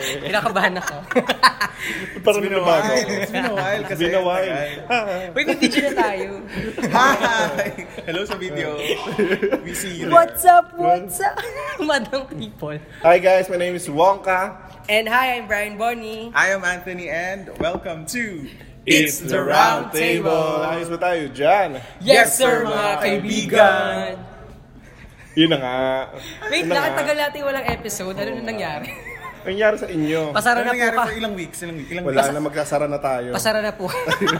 kinakabahan ako. Parang been a nabago. while. It's been a while kasi Been a while. Wait, nag-video na tayo. Hi! Hello sa video. We see you. What's up? What's up? Madang people. Hi guys, my name is Wonka. And hi, I'm Brian Bonnie. I am Anthony and welcome to It's the Round Table. Ayos ba tayo dyan? Yes, sir, mga kaibigan. Ano Yun na nga. Wait, Yun na nga. nakatagal natin walang episode. Ano na nangyari? Nangyari sa inyo. Pasara Ano na po nangyari pa. for ilang weeks? Ilang weeks? Ilang Wala weeks? na, magsasara na tayo. Pasara na po.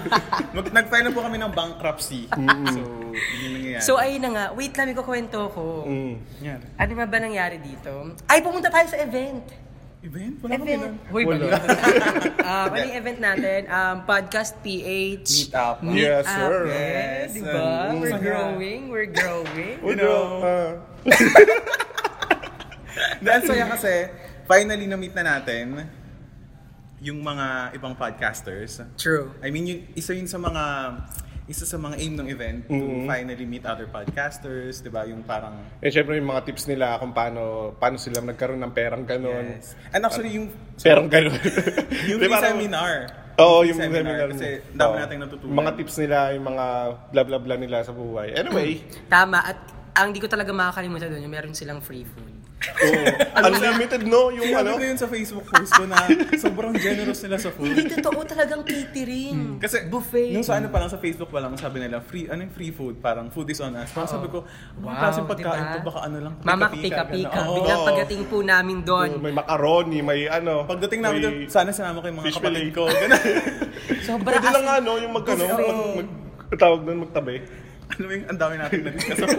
Mag- nag-file na po kami ng bankruptcy. so, yun yung nangyayari. so, ayun na nga. Wait lang, may kukwento ko. Mm. Yan. Ano ba ba nangyari dito? Ay, pumunta tayo sa event. Event? Wala kami Event. nun. Hoy, Wala. baliw. um, ano yung event natin? Um, Podcast PH. Meet up. Meet Yes, up, sir. eh, Yes, Diba? and- We're Sana. growing. We're growing. You know. ah. Dahil saya kasi, finally na-meet na natin yung mga ibang podcasters. True. I mean, yun, isa yun sa mga isa sa mga aim ng event Mm-hmm. to finally meet other podcasters, 'di ba? Yung parang Eh, syempre yung mga tips nila kung paano paano sila nagkaroon ng perang ganun. yes. And actually yung Perang ganun. yung Di ba, parang- seminar. Oo, yung seminar, seminar. kasi mo. dami Oo. nating natutunan. Mga tips nila, yung mga bla bla bla nila sa buhay. Anyway, Tama. At ang di ko talaga makakalimutan doon, yung meron silang free food. oo. unlimited no, yung Sinabi ano. ko yun sa Facebook post ko na sobrang generous nila sa Hindi food. totoo talagang catering. Kasi buffet. Nung sa ano pa lang sa Facebook pa lang sabi nila free ano yung free food parang food is on us. Parang sabi ko, wow, Wow, kasi pagkain diba? to baka ano lang Mama, pika-pika, pika-pika. ganun. Oo. Biglang pagdating po namin Oo, doon, May macaroni, may ano. Pagdating namin may doon, sana sinama ko yung mga fish kapatid fillet. ko. Ganun. sobra Pwede lang as- ano, yung magkano, Buffet. mag, mag, tawag doon, magtabi. Alam mo yung ang dami natin na-discuss.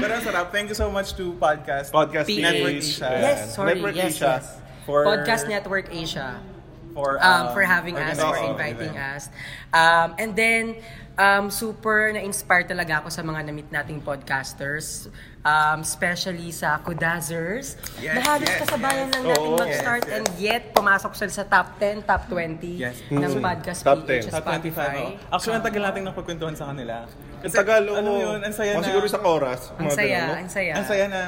Pero ang sarap. Thank you so much to Podcast, Podcast Peace. Network page. Asia. Ayan. Yes, sorry. Network yes, Asia. yes. For- Podcast Network Asia. for, um, for having us, for organizing the inviting event. us. Um, and then, um, super na-inspire talaga ako sa mga na-meet nating podcasters, um, especially sa Kudazers, Yes, na halos yes, kasabayan lang natin Oo. mag-start Yes, yes. and yet pumasok sila sa top 10, top 20 Yes. ng Mm. podcast Top PH 10. sa Top 25. Spotify. oh. Actually, ang tagal natin nakapagkwentuhan sa kanila. Ang tagal, oo. Ano yun? Ang Mga saya na. siguro isang oras. Ang mga saya, ganun, no? ang saya. Ang saya na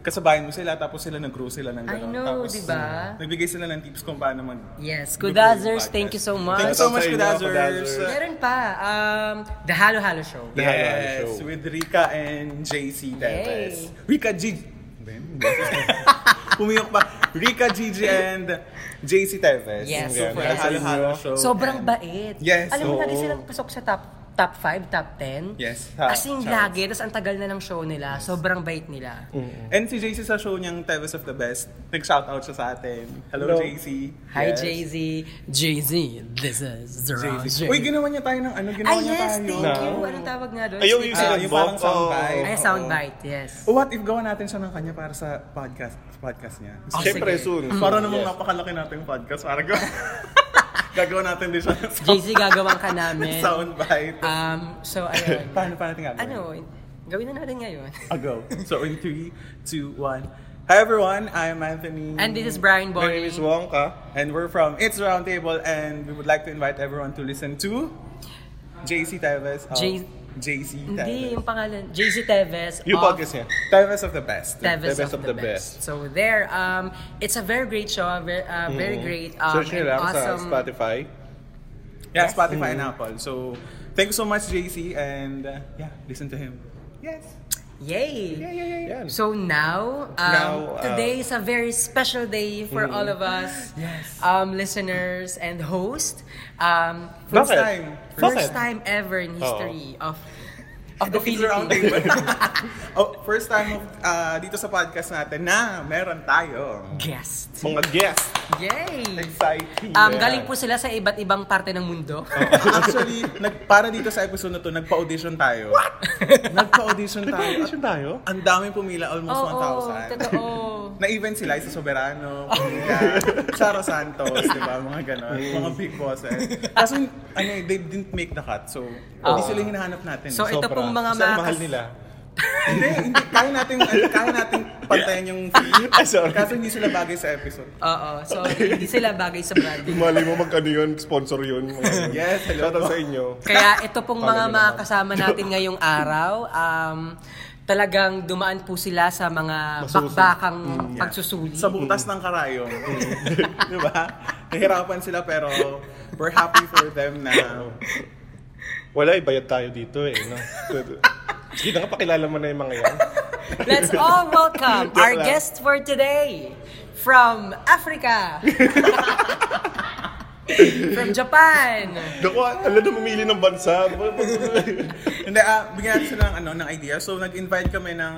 kasabayan mo sila, tapos sila nag-grow sila ng I gano'n. know, tapos, mm, diba? Nagbigay sila ng tips kung paano mag... Yes, Good Kudazers, podcast. thank you so Thank much. you so Shoutout much, sa inyo, Kudazers. Kudazers. Meron pa, um, The Halo Halo Show. The Halo Halo Show. Yes, with Rika and JC Tevez. Rika G... Pumiyok pa. Rika Gigi and JC Tevez. Yes. So, Ayan, sa for the inyo. Halo-Halo Show. Sobrang And- bait. Yes, Alam mo, oo. lagi silang pasok sa top top 5, top 10. Yes, ha, As in, shout lagi. Tapos ang tagal na ng show nila. Sobrang bait nila. And si JC sa show niyang Tevez of the Best, nag-shoutout siya sa atin. Hello, Hello. JC. Hi, Ah, Yes. Jay-Z. Jay-Z, this is the round Jay. JC. Uy, ginawa niya tayo ng ano, ginawa Ay, Ah, niya yes, tayo. thank you. Anong tawag nga doon? Ayaw Sweet yung Talk. Ah, sinabi. yung parang Ah, Bob, soundbite. Ay, soundbite, yes. Oh, what if gawa natin siya ng kanya para sa podcast podcast niya? Oh, Siyempre, sige. soon. Mm. Para Soon, Mm. namang yes. napakalaki natin yung podcast. Para gawa. gagawa natin din siya ng Jay-Z, gagawin ka namin. soundbite. Um, so, ayun. paano, paano natin gagawin? ano, gawin na natin ngayon. I'll go. So in 3, 2, 1. Hi everyone, I'm Anthony. And this is Brian My Bonnie. name is Wonka. And we're from It's Roundtable and we would like to invite everyone to listen to oh, JC Tevez. of- J- JC Hindi, Tevez. yung pangalan. Jay-Z Tevez. of- Yung podcast niya. Tevez of the best. Tevez, Tevez of, of the, the best. So there, um, it's a very great show, a very, uh, very great, um, Search and nila lang sa awesome. Spotify. Yeah, Spotify and Apple. So thank you so much JC and uh, yeah, listen to him. Yes. Yay! Yan. So now, um, Now, uh, today is a very special day for all of us, Yes. um, listeners and host. Um, Bakit? First time. first Bakit? time ever in history of of the Of the round Philippines. table. oh, first time of, ah, dito sa podcast natin na meron tayo. Guest. Mga guest. Yay! Exciting. Um, Yeah. galing po sila sa iba't ibang parte ng mundo. Actually, nag, para dito sa episode na to, nagpa-audition tayo. What? Nagpa-audition tayo. At Nag-audition tayo? Ang dami pumila, Oh, almost Oo, 1,000. totoo. Na-event sila, isa Soberano, Pumila, Charo Santos, di ba? Mga ganon, mga big bosses. Kaso, ano, eh, they didn't make the cut. So, hindi sila yung hinahanap natin. So, ito Sobra. pong mga Kasi ang makas- mahal nila. hindi, hindi, kaya natin, eh, kaya natin pantayan yung fee. Ay, sorry. Kaso hindi sila bagay sa episode. Oo, so hindi sila bagay sa branding. Malay mo magkano yun, sponsor yun. mga ganun. Yes, hello Shoutout po. sa inyo. Kaya ito pong mga Pangalaman. mga kasama natin ngayong araw, um, talagang dumaan po sila sa mga Masuso. bakbakang Yeah. pagsusuli. Sa butas ng karayong. di ba? Nahirapan sila pero we're happy for them na Ano? Wala, ibayad tayo dito eh. No? Sige na nga, pakilala mo na yung mga yan. Let's all welcome Joke our lang. guest for today from Africa. from Japan. Naku, alam na mamili ng bansa. eh. Hindi, ah, bigyan natin sila ng, ano, ng idea. So, nag-invite kami ng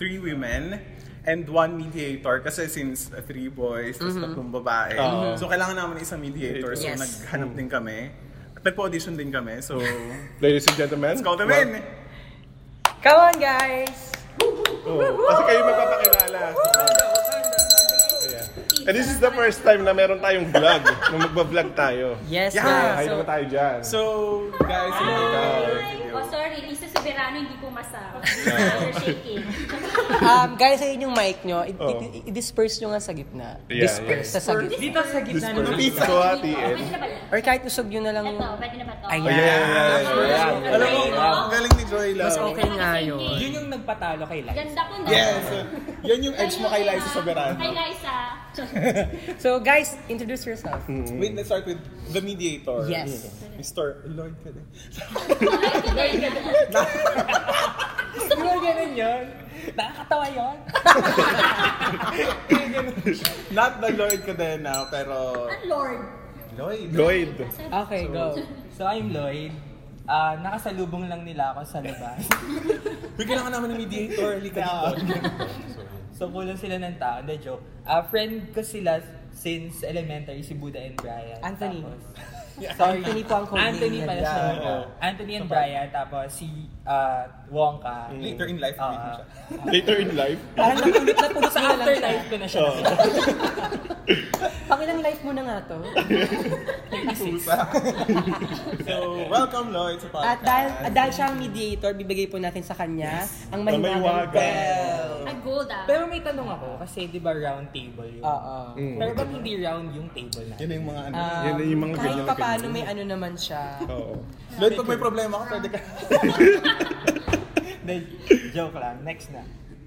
three women and one mediator kasi since uh, three boys, tapos tatlong babae. Oo. So, kailangan naman ng isang mediator. So, Mm-hmm. Yes. naghanap din kami. At nagpo-audition din kami. So, Ladies and gentlemen. let's call them ma- in! Come on, guys. Oo, kasi kayo magpapakilala. Yeah. And this is the first time na meron tayong vlog. Nung magbablog tayo. Yes, Yeah. ma'am. Yeah, hi So, naman tayo dyan. So, guys, hindi Hi. video. Oh, sorry. Lisa Soberano, hindi ko masama. You're shaking. um, guys, sa inyong mic nyo, i- Oo. i- i-disperse nyo nga sa gitna. Yeah, disperse yeah. sa sa gitna. Dito sa gitna ng Disperse. pizza. So, ati, eh. Pwede na ba yan? Or kahit usog nyo na lang Ito, yung... pwede na ba ito? Ayan. Oh, yeah, yeah, yeah, yeah, yeah. Alam mo, ah, ang galing ni Joy lang. Mas okay nga yun. Yun yung nagpatalo kay Lai. Ganda ko na. Yes! Yan yung edge mo kay Liza Soberano. Kay Liza. So, guys, introduce yourself. Wait, let's start with the mediator. Yes. Mr. Lloyd. Siguro ganun yun. Nakakatawa yun. Not the Lloyd Cadena, pero... Lord. Lloyd. Lloyd. Okay, go. So, I'm Lloyd. Ah, nakasalubong lang nila ako sa labas. Uy, kailangan naman ng mediator. Halika Yeah. dito. so, kulang sila ng tao. Hindi, joke. Ah, friend ko sila since elementary, si Buda and Brian. Anthony. sorry. Anthony po ang code name Anthony niya. pala siya. Yeah. Anthony and Brian, tapos si ah, Wongka. Mm. Later in life, meet mo Ah, siya. Later in life. Parang napulot na pulot Sa nyo na lang siya. afterlife ko na siya. Pakilang live mo na nga to. So, welcome Lloyd sa podcast. At dahil, at dahil siya ang mediator, bibigay po natin sa kanya ang mahiwagang Mahiwagang bell. Ay, gold ah. Pero may tanong ako, kasi di ba round table yun? Oo. Mm. Pero ba't hindi round yung table na? Yan na yung mga ano. Um, Yan na yung mga kahit ganyan, pa paano ganyan. may ano naman siya. Oo. Lloyd, pag may problema ka, pwede ka. Hindi, joke lang. Next na.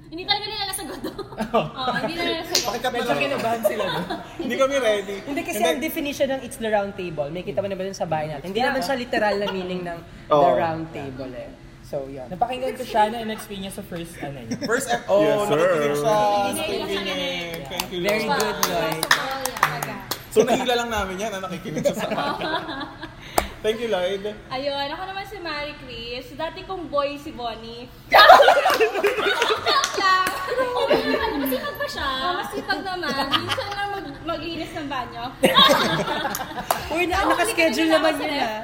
Hindi talaga nila nasagot. Oo, hindi nila nasagot. Pakitap na Medyo lang. kinabahan sila doon. Hindi kami ready. Hindi kasi ang definition ng it's the round table. May kita mo na ba dun sa bahay natin? Hindi naman siya literal na meaning ng the Oo. round table eh. So, yun. Napakinggan ko siya na in-explain niya sa first ano niya. First F. Oh, Yes, sir. nakikinig siya. Nakikinig siya. Nakikinig. Thank you, Very Lloyd. good, Lloyd. Oh, yeah, talaga. So, nahila lang namin yan. ah, Nakikinig siya sa akin. Thank you, Lloyd. Ayun, ako naman si Marie Chris. Dati kong boy si Bonnie. Joke lang! Oo, naman, ano, masipag pa siya. Oh, masipag naman. Minsan lang mag maglinis ng banyo. Uy, na, Ah, nakaschedule naman yun ah.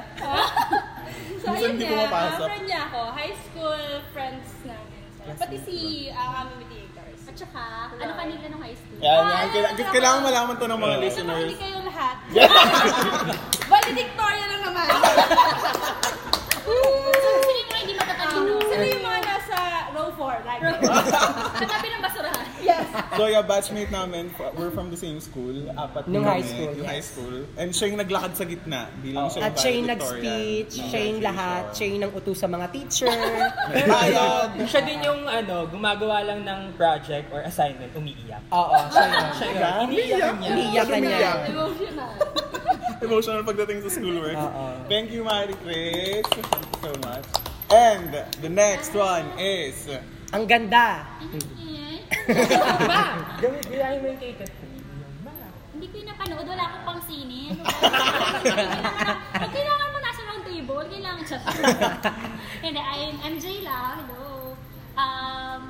so, Minsan ayun hindi niya. pumapasok. ah, friend niya ako. High school friends namin. Pati si ah, kami mediators. At saka, ano kanila nung high school? Yan, Ah, yan. Kaila- ano, Kailangan malaman to ng mga Basta listeners. makinig kayo lahat. Valedictorian lang naman. so, sino yung mga hindi matatalino? Sino yung mga nasa row 4? Like, katabi ng basurahan. Yes. So yeah, batchmate namin, we're from the same school. Apat Nung kami, high school, Yung yes. Oh. high school. And siya yung naglakad sa gitna. Bilang siya At ah, yung siya yung valedictorian. Oh, nag-speech, siya yung lahat, siya yung nang utos sa mga teacher. Bayad! Siya din yung ano, gumagawa lang ng project or assignment, umiiyak. Oo, siya yun. Siya yun, iniiyak niya. Ah, Umiiyak ka niya. Emotional. Emotional pagdating sa schoolwork. Oo. Thank you, Mari Chris. Thank you so much. And the next one is... Ang ganda. Gamit, bilahin mo yung cater. Hindi ko yung napanood. Wala akong pang sinin. Kailangan- Pag kailangan mo nasa round table, kailangan siya. Hindi, I'm, I'm Jayla. Hello. Um,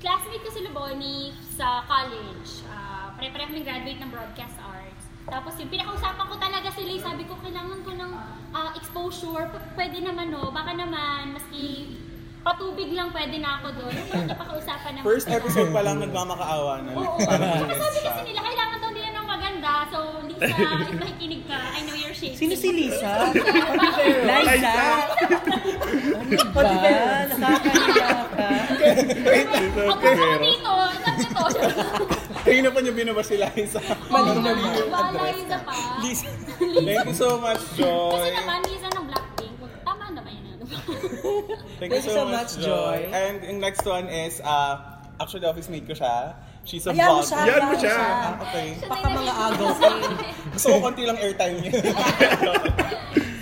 classmate ko si Luboni sa college. Uh, Pare-pareho kaming graduate ng broadcast arts. Tapos yung pinakausapan ko talaga sila, yung sabi ko, kailangan ko ng ah, exposure. P- pwede naman, no? Baka naman, maski patubig lang pwede na ako doon. Yung parang napakausapan naman. First sila. episode pa lang nagmamakaawa na. Oo. Parang Tsaka guest sabi siya. kasi nila, kailangan daw nila ng maganda. So, Lisa, if nakikinig ka, I know you're shaking. Sino si Lisa? Liza? ah. ano ba? Nakakahiya ka. Huwag mo ako dito. Sabi ko, Kanina pa niya binaba si Liza. wala Lisa pa. Liza. Thank you so much, Kasi Joy. naman, Lisa ng Blackpink. Tama naman yun. ano? Thank, you so, much, Joy. And yung next one is, uh, actually, office mate ko siya. She's a Ayan mo vlog- siya, Yan mo siya. Ah, okay. Siya na Baka yung mga naging- agaw. Gusto ko konti lang airtime niya.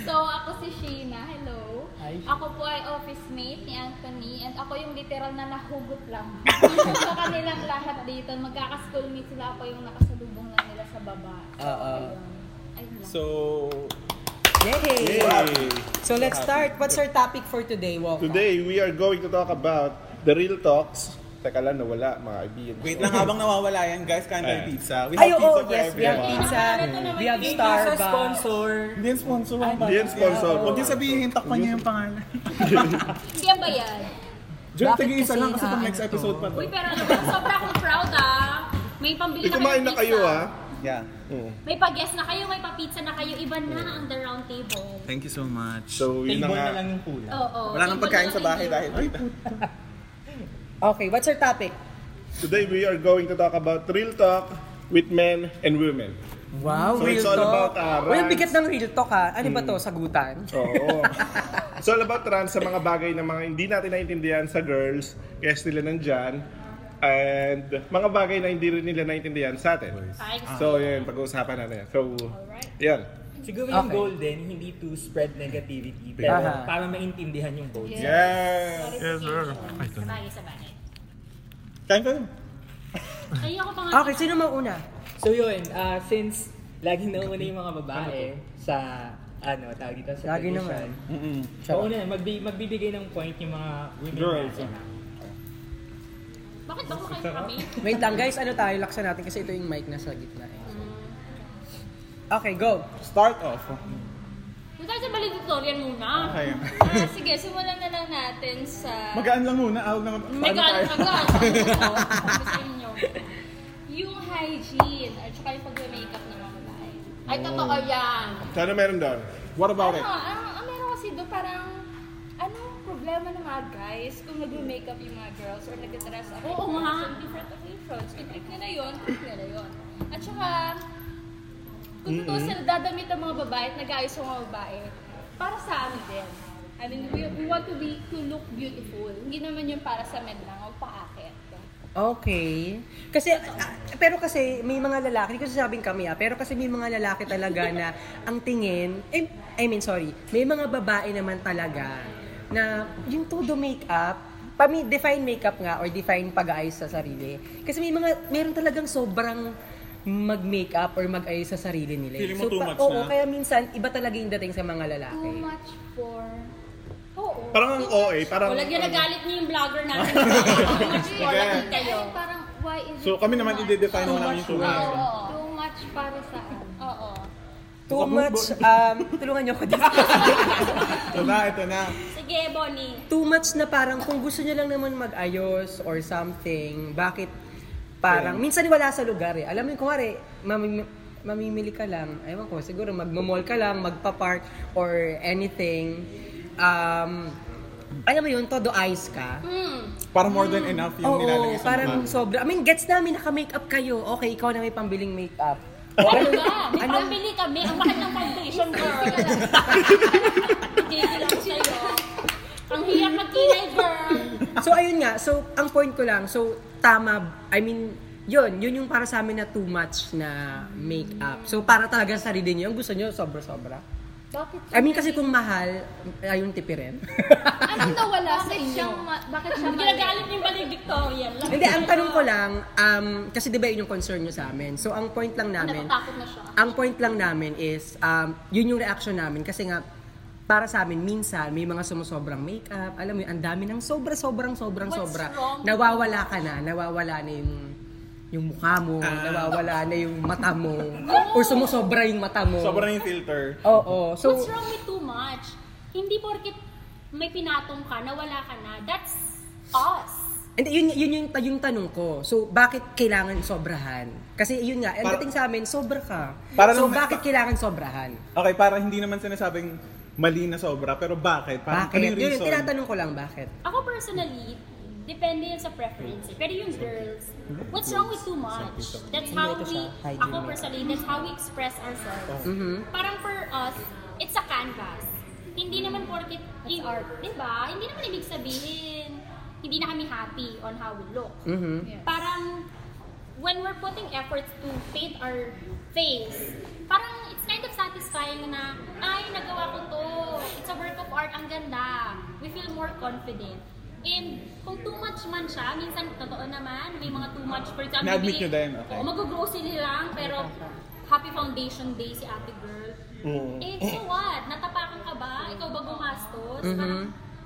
So, ako si Sheena. Hello. Hi. Ako po ay office mate ni Anthony and ako yung literal na nahugot lang. so, kanilang lahat dito. Magkaka-school mate sila ako yung nakasalubong lang nila sa baba. So, Ah, Oo. ayun. Ayun lang. so, Yay! Yay! So let's start. What's our topic for today, Wong? Today, we are going to talk about the real talks. Teka lang, nawala mga kaibigan. Wait lang, habang nawawala yan, guys, can't buy Ayan. pizza. We have Ay, pizza oo, yes, for we have everyone. pizza. We have Sa Starbucks. sponsor. Hindi yan sponsor. Hindi yan sponsor. Huwag niyo sabihin, takpan niyo yung pangalan. Hindi yan ba yan? Diyan, Bakit tag-iisa lang kasi kasi pang inaano next to? episode pa to. Uy, pero ano ba? Sobra akong proud ah. May pambili na Ikumain Eh, na kayong kayo, ah. pizza. ha? Yeah. May pag-guess na kayo, may pa-pizza na kayo. Iba na Hmm. ang the round table. Thank you so much. So, yun na Table nga. na lang yung kulang. Oo. Wala nang iba pagkain na sa lang bahay kayo. dahil dito. Okay, what's our topic? Today, we are going to talk about real talk with men and women. Wow, So, real it's all talk. about, ah, Uy, ang rants. bigat ng real talk ha. Ano Mm. ba to? Sagutan? Oo. It's all about trans sa mga bagay na mga hindi natin naintindihan sa girls, kaya sila nandyan, and mga bagay na hindi rin nila naintindihan sa atin. Ay, Ah. So, yun, pag-uusapan natin yan. So, yan. Siguro yung Okay. goal din, hindi to spread negativity, pero Aha. para maintindihan yung goal. Yes! Yes, sir. Sabagay, sabagay. Kain ka na. Ah. Ayoko pa nga. Okay, sino mauna? So yun, ah, since laging nauna yung mga babae sa ano, tawag dito sa Lagi tradition, naman. Mm-mm. Oo na, magbi- magbibigay ng point yung mga women Girls. natin. Bakit ba kumakain kami? Wait lang guys, ano tayo? Laksan natin kasi ito yung mic na sa gitna. eh. Mm. Okay, go. Start off. Doon tayo sa valedictorian muna. Okay. Ah, sige, simulan na lang natin sa... Magaan lang muna. Awag na. Nag-ano ka ga? Sabi sa inyo. yung hygiene at saka yung pag-makeup ng mga babae. Ay, totoo yan. Sana meron doon. What about it? Ano, ang, ang meron kasi do parang ano ang problema ng mga guys kung nag-makeup yung mga girls or nag-dress up? Oo yung nga. girls on different occasions. Kung click nila yun, click nila yun. At saka, kung totoo sila dadamit ang mga babae at nag-aayos ang mga babae, para sa amin din. I mean, we, we want to be to look beautiful. Hindi naman yun para sa men lang o paakit. Okay. Kasi, ah, pero kasi may mga lalaki, hindi ko sasabing kami ah, pero kasi may mga lalaki talaga na ang tingin, eh, I mean sorry, may mga babae naman talaga na yung todo makeup, pami define makeup nga or define pag-aayos sa sarili. Kasi may mga, meron talagang sobrang mag-makeup or mag-ayos sa sarili nila. eh. Feeling mo too much oo, na? kaya minsan iba talaga yung dating sa mga Too lalaki. much for... Oo. Parang ang OA, parang... Wala yan nagalit niyo yung vlogger natin. Wala ano? Sige. din kayo. Ay, parang, why is So, it kami too naman much? i-define mo lang yung Oo, two oo. ways. Too much para saan? Oo. Too much, um, tulungan niyo ako dito. Ito na, ito na. Sige, Bonnie. too much na parang kung gusto niya lang naman mag-ayos or something, bakit parang, minsan wala sa lugar eh. Alam mo, yung kunwari, mamim- mamimili ka lang, ewan ko, siguro magmamall ka lang, magpa-park or anything. Um, alam mo yun, todo eyes ka. Para more than enough yung Oo, nilalagay sa parang mukha. sobra. I mean, gets namin, naka-makeup kayo. Okay, ikaw na may pambiling makeup. Ano ba? May pambili kami. Ang mahal ng foundation, girl. Gigil ako sa'yo. Ang hirap magkinay, girl. so ayun nga, so ang point ko lang, so tama, I mean, yun, yun yung para sa amin na too much na makeup. So para talaga sa sarili niyo, yung gusto niyo sobra-sobra. Bakit I mean kasi kung mahal, ayun tipirin. Anong nawala sa Bakit inyo? siyang bakit siya Ginagalit niyo yung valedictorian. Hindi, ang tanong ko lang, um, kasi di ba yun yung concern niyo sa amin. So ang point lang namin, Natatakot na siya. ang point lang namin is, um, yun yung reaction namin kasi nga, para sa amin, minsan, may mga sumusobrang makeup, alam mo yun, ang dami ng sobra, sobrang, sobrang, What's sobra. wrong? Nawawala ka na, nawawala na yung yung mukha mo, Ah. nawawala na yung mata mo, or sumusobra yung mata mo. Sobra na yung filter. Oo, so, What's wrong with too much? Hindi porket may pinatong ka, nawala ka na. That's us. and yun, yun yung, yung tanong ko. So, bakit kailangan sobrahan? Kasi yun nga, ang Para- dating sa amin, sobra ka. Para so, nung- bakit kailangan sobrahan? Okay, para hindi naman sinasabing mali na sobra, pero bakit? Parang, Bakit? Ano Yun, yung yung reason? tinatanong ko lang, bakit? Ako personally, depende yan sa preference. eh. Pero yung girls, what's wrong with too much? That's how Ito we, siya, hygiene Oh. Mm-hmm. ako personally, that's how we express ourselves. Parang for us, it's a canvas. hindi Mm-hmm. naman porket in art, 'di ba? Hindi naman ibig sabihin hindi na kami happy on how we look. Yes. Parang when we're putting efforts to paint our face, parang it's kind of satisfying na, ay, nagawa ko to. It's a work of art. Ang ganda. We feel more confident. And kung too much man siya, minsan totoo naman, may mga too much. For example, Na-admit bibili- nyo din, okay. Oo, mag-grocery lang, pero happy foundation day si ate girl. Mm. Eh, so what? Natapakan ka ba? Ikaw ba gumastos? Mm-hmm. Parang,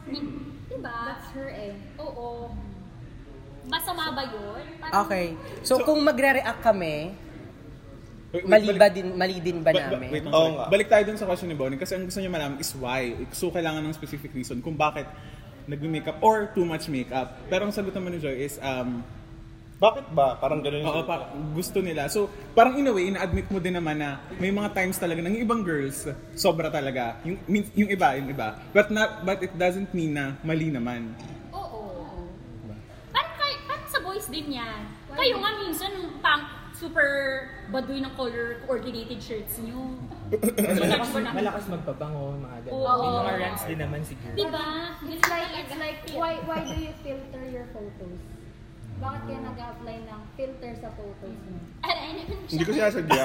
di- diba? That's her eh. Oo. Masama ba yun? Parang, Okay. So, kung magre-react kami, Wait, wait, mali ba balik- din, mali din ba ba- ba- namin? wait, lang, Oo sorry. nga. Balik tayo dun sa question ni Bonnie kasi ang gusto niya malaman is why. So, kailangan ng specific reason kung bakit nagme-makeup or too much makeup. Pero ang sagot naman ni Joy is, um, Bakit ba? Parang ganun yung oo, sagot. pa, gusto nila. So, parang in a way, ina-admit mo din naman na may mga times talaga ng ibang girls, sobra talaga. Yung, min- yung iba, yung iba. But, not, but it doesn't mean na mali naman. oo. Diba? Parang, kay, parang sa boys din yan. Kayo nga minsan, pang super baduy ng color coordinated shirts nyo. Judge Malakas, mo na. malakas magbabango, mga ganun. Oo. May mga rants din naman siguro. Diba? It's like, it's like, why, why do you filter your photos? Bakit kayo nag-apply ng filter sa photos mo? Aray, naman siya. Hindi ko sinasadya.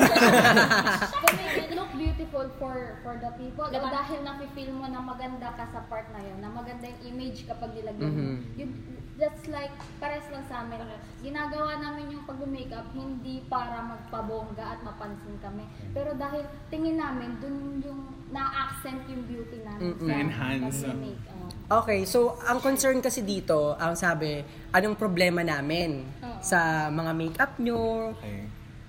To make it look beautiful for for the people. O Diba? dahil nafe-feel mo na maganda ka sa part na yun, na maganda yung image kapag nilagyan mo. You, that's like, pares lang sa amin. Ginagawa namin yung pag-makeup, hindi para magpabongga at mapansin kami. Pero dahil tingin namin, dun yung na-accent yung beauty namin sa Na-enhance. pag-makeup. Okay, so ang concern kasi dito, ang sabi, anong problema namin sa mga makeup nyo,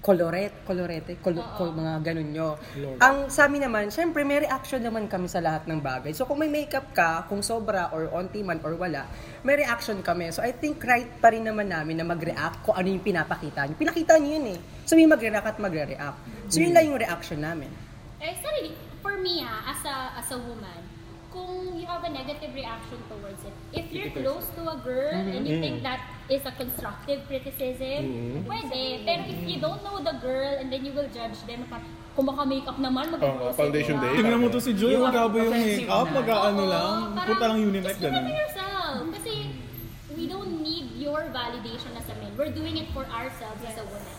coloret, colorete, colo- col- mga ganun nyo. Ang sa amin naman, syempre may reaction naman kami sa lahat ng bagay. So kung may makeup ka, kung sobra or onti man or wala, may reaction kami. So I think right pa rin naman namin na mag-react kung ano yung pinapakita nyo. Pinakita nyo yun eh. So may magre-react at magre-react. So yun lang yung reaction namin. Eh, sarili. For me, ah, as a, as a woman, kung you have a negative reaction towards it, if you're close to a girl and Mm-hmm. you think that is a constructive criticism, pwede. Pero if you don't know the girl and then you will judge them, parang, kung baka makeup naman, diba? mag Oo, foundation day. Tingnan mo to si Joy, Yung ang gabo yung offensive makeup, na. mag-ano Oo, lang, parang, punta lang Unimac, Just do it for gano'n. yourself. Kasi we don't need your validation as a man. We're doing it for ourselves as a woman.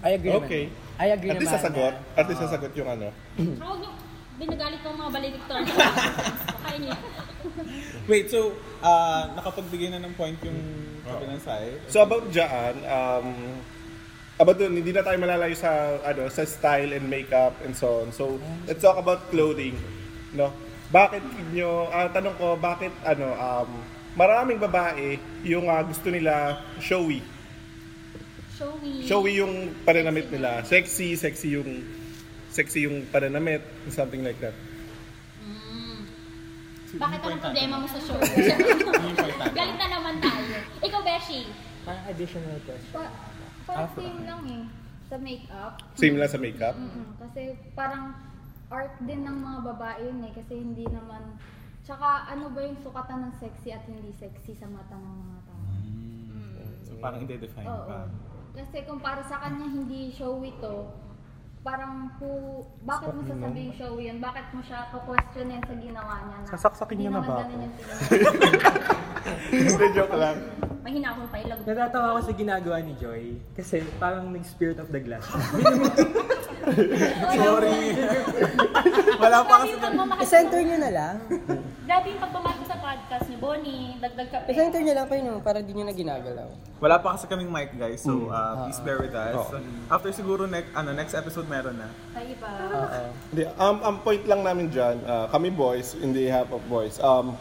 I agree Okay. naman. I agree At least naman. sasagot. At least sasagot yung ano. Huwag niyo, binagalit ko ang mga valedictorian. Kaya niya. Wait, so, ah, nakapagbigay na ng point yung sabi ng Sai. So about dyan, um, about dun, hindi na tayo malalayo sa, ano, sa style and makeup and so on. So, let's talk about clothing. No? Bakit nyo, ah, tanong ko, bakit, ano, um, maraming babae yung ah, gusto nila showy. Showy. Showy yung pananamit nila. Sexy, sexy yung, sexy yung pananamit, something like that. Bakit anong problema mo sa show? Galit na naman tayo. Ikaw, Beshi. Parang additional question. Pa, parang same lang eh, sa makeup. Same lang sa makeup. Mm-mm, Kasi parang art din ng mga babae yun eh. Kasi hindi naman... Tsaka ano ba yung sukatan ng sexy at hindi sexy sa mata ng mga tao? So, parang i-define Oo. pa. Kasi kung para sa kanya hindi showy to, parang who, bakit mo sasabing showy yan? Bakit mo siya kukwestiyonin sa ginawa niya na? Sasaksakin hindi niya na ba naman ganun ako? yung tingin. Hindi, joke lang. Mahina akong pailag. Natatawa ako sa ginagawa ni Joy kasi parang nag-spirit of the glass. Sorry. Wala pa Grabe kasi. yung pagmamahal. I-center nyo na lang. Grabe yung pagmamahal ko sa podcast ni Bonnie. Dagdag ka pa. I-center nyo lang kayo no, para di nyo na ginagalaw. Wala pa kasi kaming mic, guys. So, uh, please bear with us. After siguro next ano, next episode meron na. Sa iba. Hindi, um, ang point lang namin dyan, ah, kami boys, in the half of boys, um,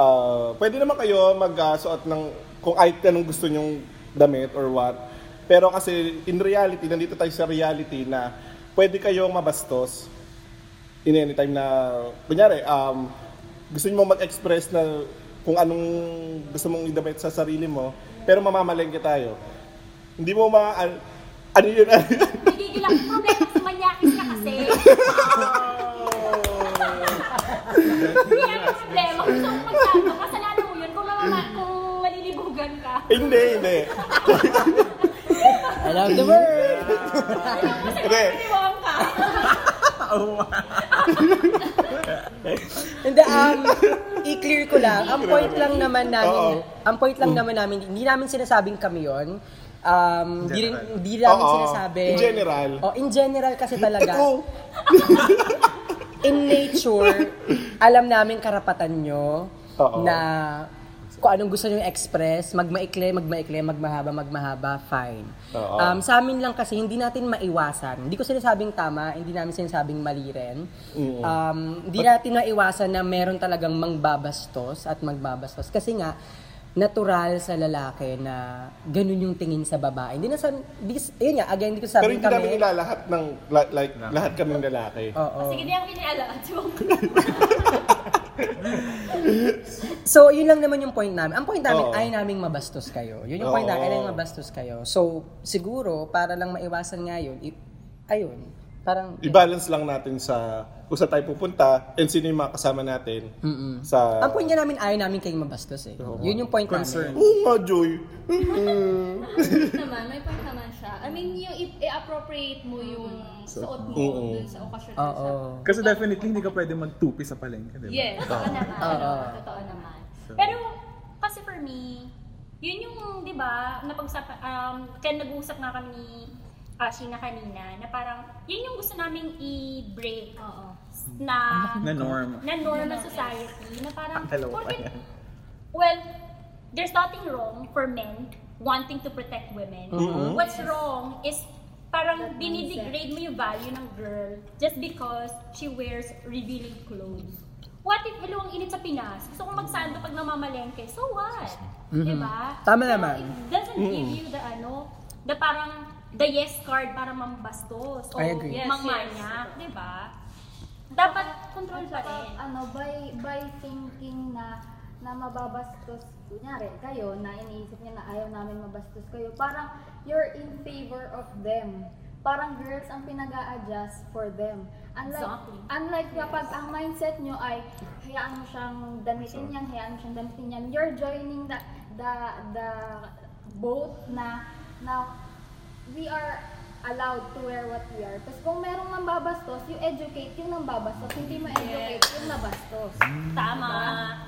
ah, pwede naman kayo mag-suot ng, kung kahit anong gusto nyong damit or what. Pero kasi in reality, nandito tayo sa reality na pwede kayong mabastos in any time na, kunyari, um, gusto nyo mag-express na kung anong gusto mong idamit sa sarili mo, pero mamamalengke tayo. Hindi mo ma... an- ano yun? Nagigil ako problema sa manyakis ka kasi. Oh! Hindi ang problema. Gusto mo magsabi. Kasalanan mo yun kung, mama, kung malilibugan ka. hindi, hindi. I love the world! Kasi Hindi. maliliwang ka. Hindi, um, i-clear ko lang. Ang point lang naman namin, Oo. ang point lang naman namin, hindi namin sinasabing kami yon. Um, di, rin- di namin Oo. sinasabi. In general. Oh, in general kasi talaga. Totoo. in nature, alam namin karapatan nyo Oo. na kung anong gusto nyo express, magmaikli, magmaikli, magmahaba, magmahaba, fine. Oo. Um, sa amin lang kasi, hindi natin maiwasan. Hindi ko sinasabing tama, hindi namin sinasabing mali rin. Um, hindi natin maiwasan na meron talagang mangbabastos at magbabastos. Kasi nga, natural sa lalaki na ganun yung tingin sa babae. Hindi na sa... Because, yun nga, again, hindi ko Pero sabi hindi namin kami... nilalahat ng, la- like, lahat kaming lalaki. Oo. Ah, Sige, di ako kinialaan. So, yun lang naman yung point namin. Ang point namin, Oo. ay naming mabastos kayo. Yun yung point Oo. namin, ay naming mabastos kayo. So, siguro, para lang maiwasan nga yun, i- ayun, parang... I-balance lang natin sa kung saan tayo pupunta and sino yung mga kasama natin sa... Ang point nga namin, ayaw namin kayong mabastos eh. Yun yung point Concern. namin. Oo nga, Joy. Yes naman, may point naman siya. I mean, yung i- appropriate mo yung suot mo Oo. dun sa occasion. Oo. dun sa- Kasi definitely hindi ka pwede magtupi sa palengke, di ba? Yes. Totoo naman. Oo. Totoo naman. Pero, kasi for me, yun yung, di ba, napag-usap, um, kaya nag-uusap nga kami ni Ashi na kanina, na parang, yun yung gusto naming i-break Oo. na, Na norm. na norm ng society, na Ang parang, dalawa pa porket- yan. well, there's nothing wrong for men wanting to protect women. Mm-hmm. What's wrong is parang dinidegrade mo yung value ng girl just because she wears revealing clothes. What if dalawang init sa Pinas? Gusto kong magsando pag namamalengke. So what? Diba? Mm-hmm. Tama Pero naman. It doesn't give you the ano, the parang the yes card para mambastos o I agree. Yes, mangmanya. Diba? Dapat control pa rin. ano, by, by thinking na na mababastos, kunyari kayo, na iniisip niya na ayaw namin mabastos kayo, parang you're in favor of them. Parang girls ang pinag adjust for them. Unlike, Exactly. unlike kapag ang mindset nyo ay hayaan mo siyang damitin yan, hayaan mo siyang damitin yan, you're joining the, the, the boat na, na we are allowed to wear what we are. Tapos kung merong nambabastos, you educate yung nambabastos, hindi mo educate yung nabastos. Mm-hmm. Tama.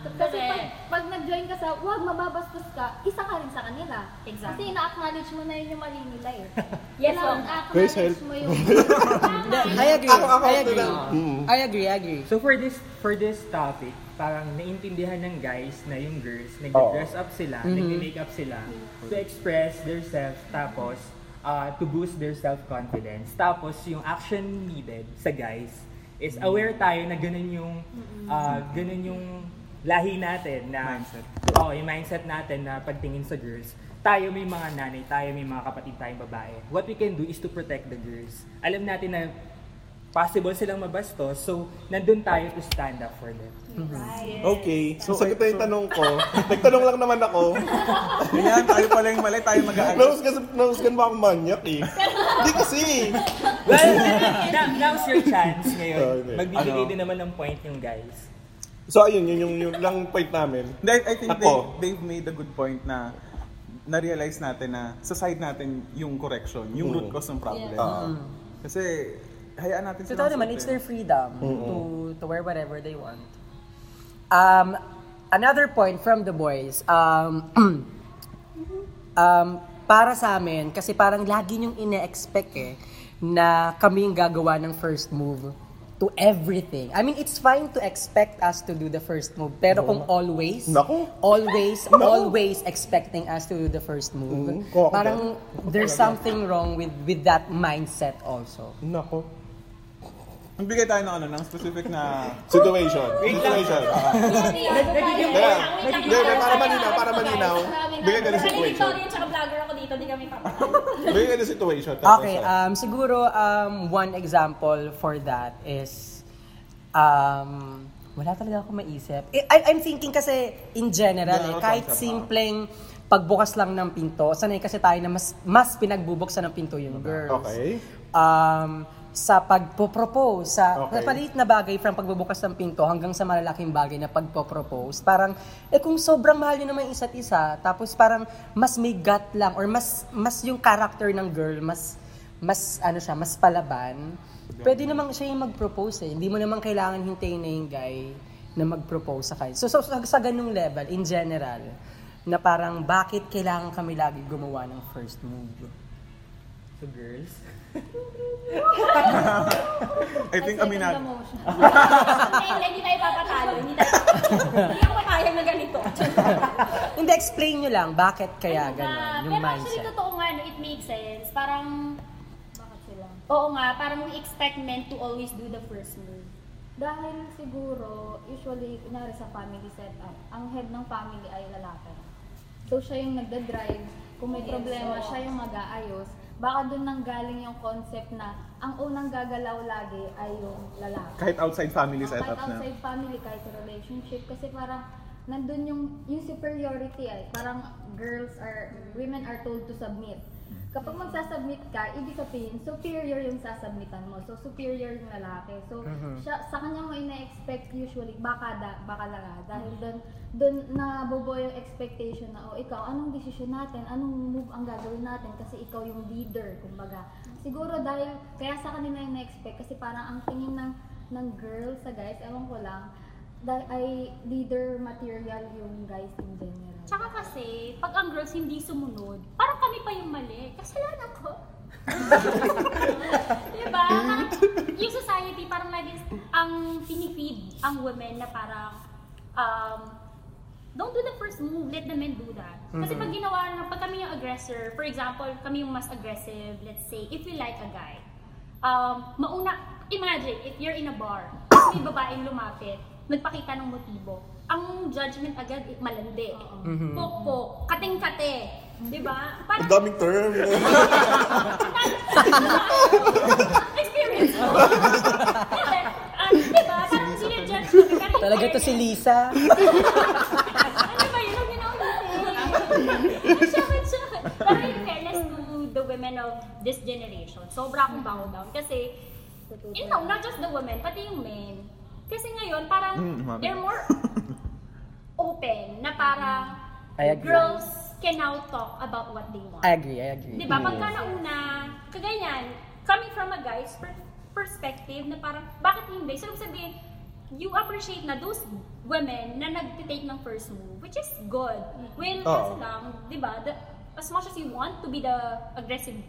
Diba? Kasi pag, pag nag-join ka sa, wag mababastos ka, isa ka rin sa kanila. Exactly. Kasi na-acknowledge mo na yun yung mali nila eh. Yes, Kailangan ma'am. Please acknowledge help. mo yung... Hindi, I agree. Ako- ako I ito agree. lang. Mm. I agree, I agree. So for this for this topic, parang naintindihan ng guys na yung girls, nag-dress up sila, nag-makeup sila to express themselves tapos uh, to boost their self-confidence. Tapos yung action needed sa guys is aware tayo na ganun yung uh, ganun yung lahi natin na Mindset. Oh, yung mindset natin na pagtingin sa girls, tayo may mga nanay, tayo may mga kapatid tayong babae. What we can do is to protect the girls. Alam natin na possible silang mabastos, so nandun tayo to stand up for them. Okay. So, sagot na yung tanong ko. Nagtanong lang naman ako. Ganyan, tayo pala yung mali, tayo mag-aayos. Nahusgan, nahusgan ba akong manyak eh? Hindi kasi. Well, now, now's your chance Oh, ngayon. okay. Magbibigay Ano? din naman ng point yung guys. So, ayun, yun yung, yung lang point namin. Hindi, I Ako. think they, they've made a good point na na-realize natin na sa side natin yung correction, yung Mm. root cause ng problem. Mm. Ah. Kasi hayaan natin Totoo silang naman, it's suotin. their freedom to, to wear whatever they want. Um, another point from the boys, um, um, para sa amin, kasi parang lagi niyong ine-expect eh, na kami yung gagawa ng first move to everything. I mean, it's fine to expect us to do the first move, pero kung always, Naku. always, always expecting us to do the first move, Mm, koko ka. parang there's something wrong with with that mindset also. Nako. Magbigay tayo ng ano, ng specific na... Situation. Situation. Kaya, hindi, hindi, para malinaw, para malinaw. Bigyan ka ng situation. Valedictorian tsaka vlogger ako dito, di kami papatay. Bigyan ka ng ano situation. tapos, Okay, ah, um, siguro um, one example for that is, um, wala talaga ako maisip. I- I- I'm thinking kasi in general, eh, Yeah, kahit tama. simpleng pagbukas lang ng pinto, sanay kasi tayo na mas, mas pinagbubuksan ng pinto yung girls. Okay. Um, sa pagpo-propose, sa Okay. maliit na bagay from pagbubukas ng pinto hanggang sa malalaking bagay na pagpo-propose, parang, eh kung sobrang mahal nyo naman yung isa't isa, tapos parang mas may gut lang or mas, mas yung character ng girl, mas, mas ano siya, mas palaban, Pwede namang siya yung mag-propose eh. Hindi mo naman kailangan hintayin na yung guy na mag-propose sa kanya. So, so sa, sa ganung level, in general, na parang bakit kailangan kami lagi gumawa ng first move? So girls, I think aminado. Hindi, hindi, hindi tayo papatalo. Hindi tayo Hindi ako papayag na ganito. Hindi, explain nyo lang bakit kaya Ano ba? gano'n yung Pero actually, mindset. totoo nga, no, it makes sense. Parang, oo nga, parang we expect men to always do the first move. Dahil siguro, usually, kunyari sa family setup, ang head ng family ay lalaki. So, siya yung nagda-drive. Kung may problema, siya yung mag-aayos. Baka doon nang galing yung concept na ang unang gagalaw lagi ay yung lalaki. Kahit outside family Kahit setup na. outside family, kahit sa relationship, kasi parang nandun yung, yung superiority ay, parang girls are, women are told to submit. Kapag Mm-hmm. magsasubmit ka, ibig sabihin, superior yung sasubmitan mo. So, superior yung lalaki. So, Mm-hmm. siya, sa kanya mo ina-expect usually, baka, da, baka laga. Dahil Mm-hmm. doon, doon nabubuo yung expectation na, oh, ikaw, anong decision natin? Anong move ang gagawin natin? Kasi ikaw yung leader, kumbaga. Siguro dahil, kaya sa kanila yung na-expect, kasi parang ang tingin ng ng girl sa guys, ewan ko lang, dahil ay leader material yung guys in general. Tsaka kasi, pag ang girls hindi sumunod, parang kami pa yung mali. Kasalanan ko. diba? Parang, yung society parang lagi ang pinifeed ang women na parang um, don't do the first move, let the men do that. Kasi pag ginawa na, pag kami yung aggressor, for example, kami yung mas aggressive, let's say, if we like a guy, um, mauna, imagine, if you're in a bar, tapos may babaeng lumapit, nagpakita ng motibo, ang judgment agad, eh, malandi. Pokpok, kating-kate. Diba? Ang Parang, daming term. experience mo. Kasi, ah, diba? Parang sinijudge mo. Parang Talaga to si Lisa. ano ba yun? Huwag yun ako ulitin. Siyempre, siyempre. Pero in fairness to the women of this generation, sobra akong bow down. Kasi, you know, not just the women, pati yung men. Kasi ngayon, parang Mm, mami. they're more open na parang I agree. girls can now talk about what they want. I agree, I agree. Di ba? Diba? Pagka nauna, kaganyan, coming from a guy's per- perspective na parang, bakit hindi? So, ibig sabihin, you appreciate na those women na nag-take ng first move, which is good. Mm-hmm. Well, kasi lang, di ba, the- as much as you want to be the aggressive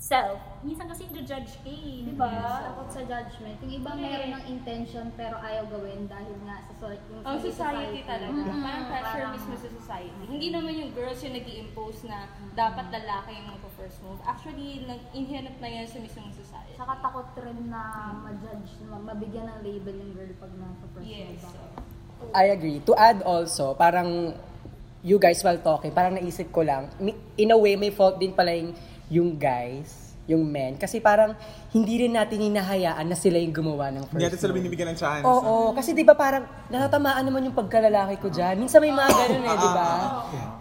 self, minsan kasi judge ka eh, di ba? Takot sa judgment. Yung iba meron ng intention pero ayaw gawin dahil nga sa sort yung Ang society talaga. Mm-hmm. Mm. Parang pressure Parang- mismo sa society. Hindi naman yung girls yung nag impose na Mm-hmm. dapat lalaki yung magpo-first move. Actually, nag- inherent na yan sa mismong society. Saka takot rin na ma-judge, ma- mabigyan ng label yung girl pag nasa Yes. so, I agree. To add also, parang you guys while talking, parang naisip ko lang, mi- in a way may fault din pala yung, yung guys, yung men. Kasi parang hindi rin natin hinahayaan na sila yung gumawa ng Hindi natin first sila move. binibigyan ng chance. Oo, kasi 'di ba parang natatamaan naman yung pagkalalaki ko diyan. Minsan may mga ganun eh, 'di ba?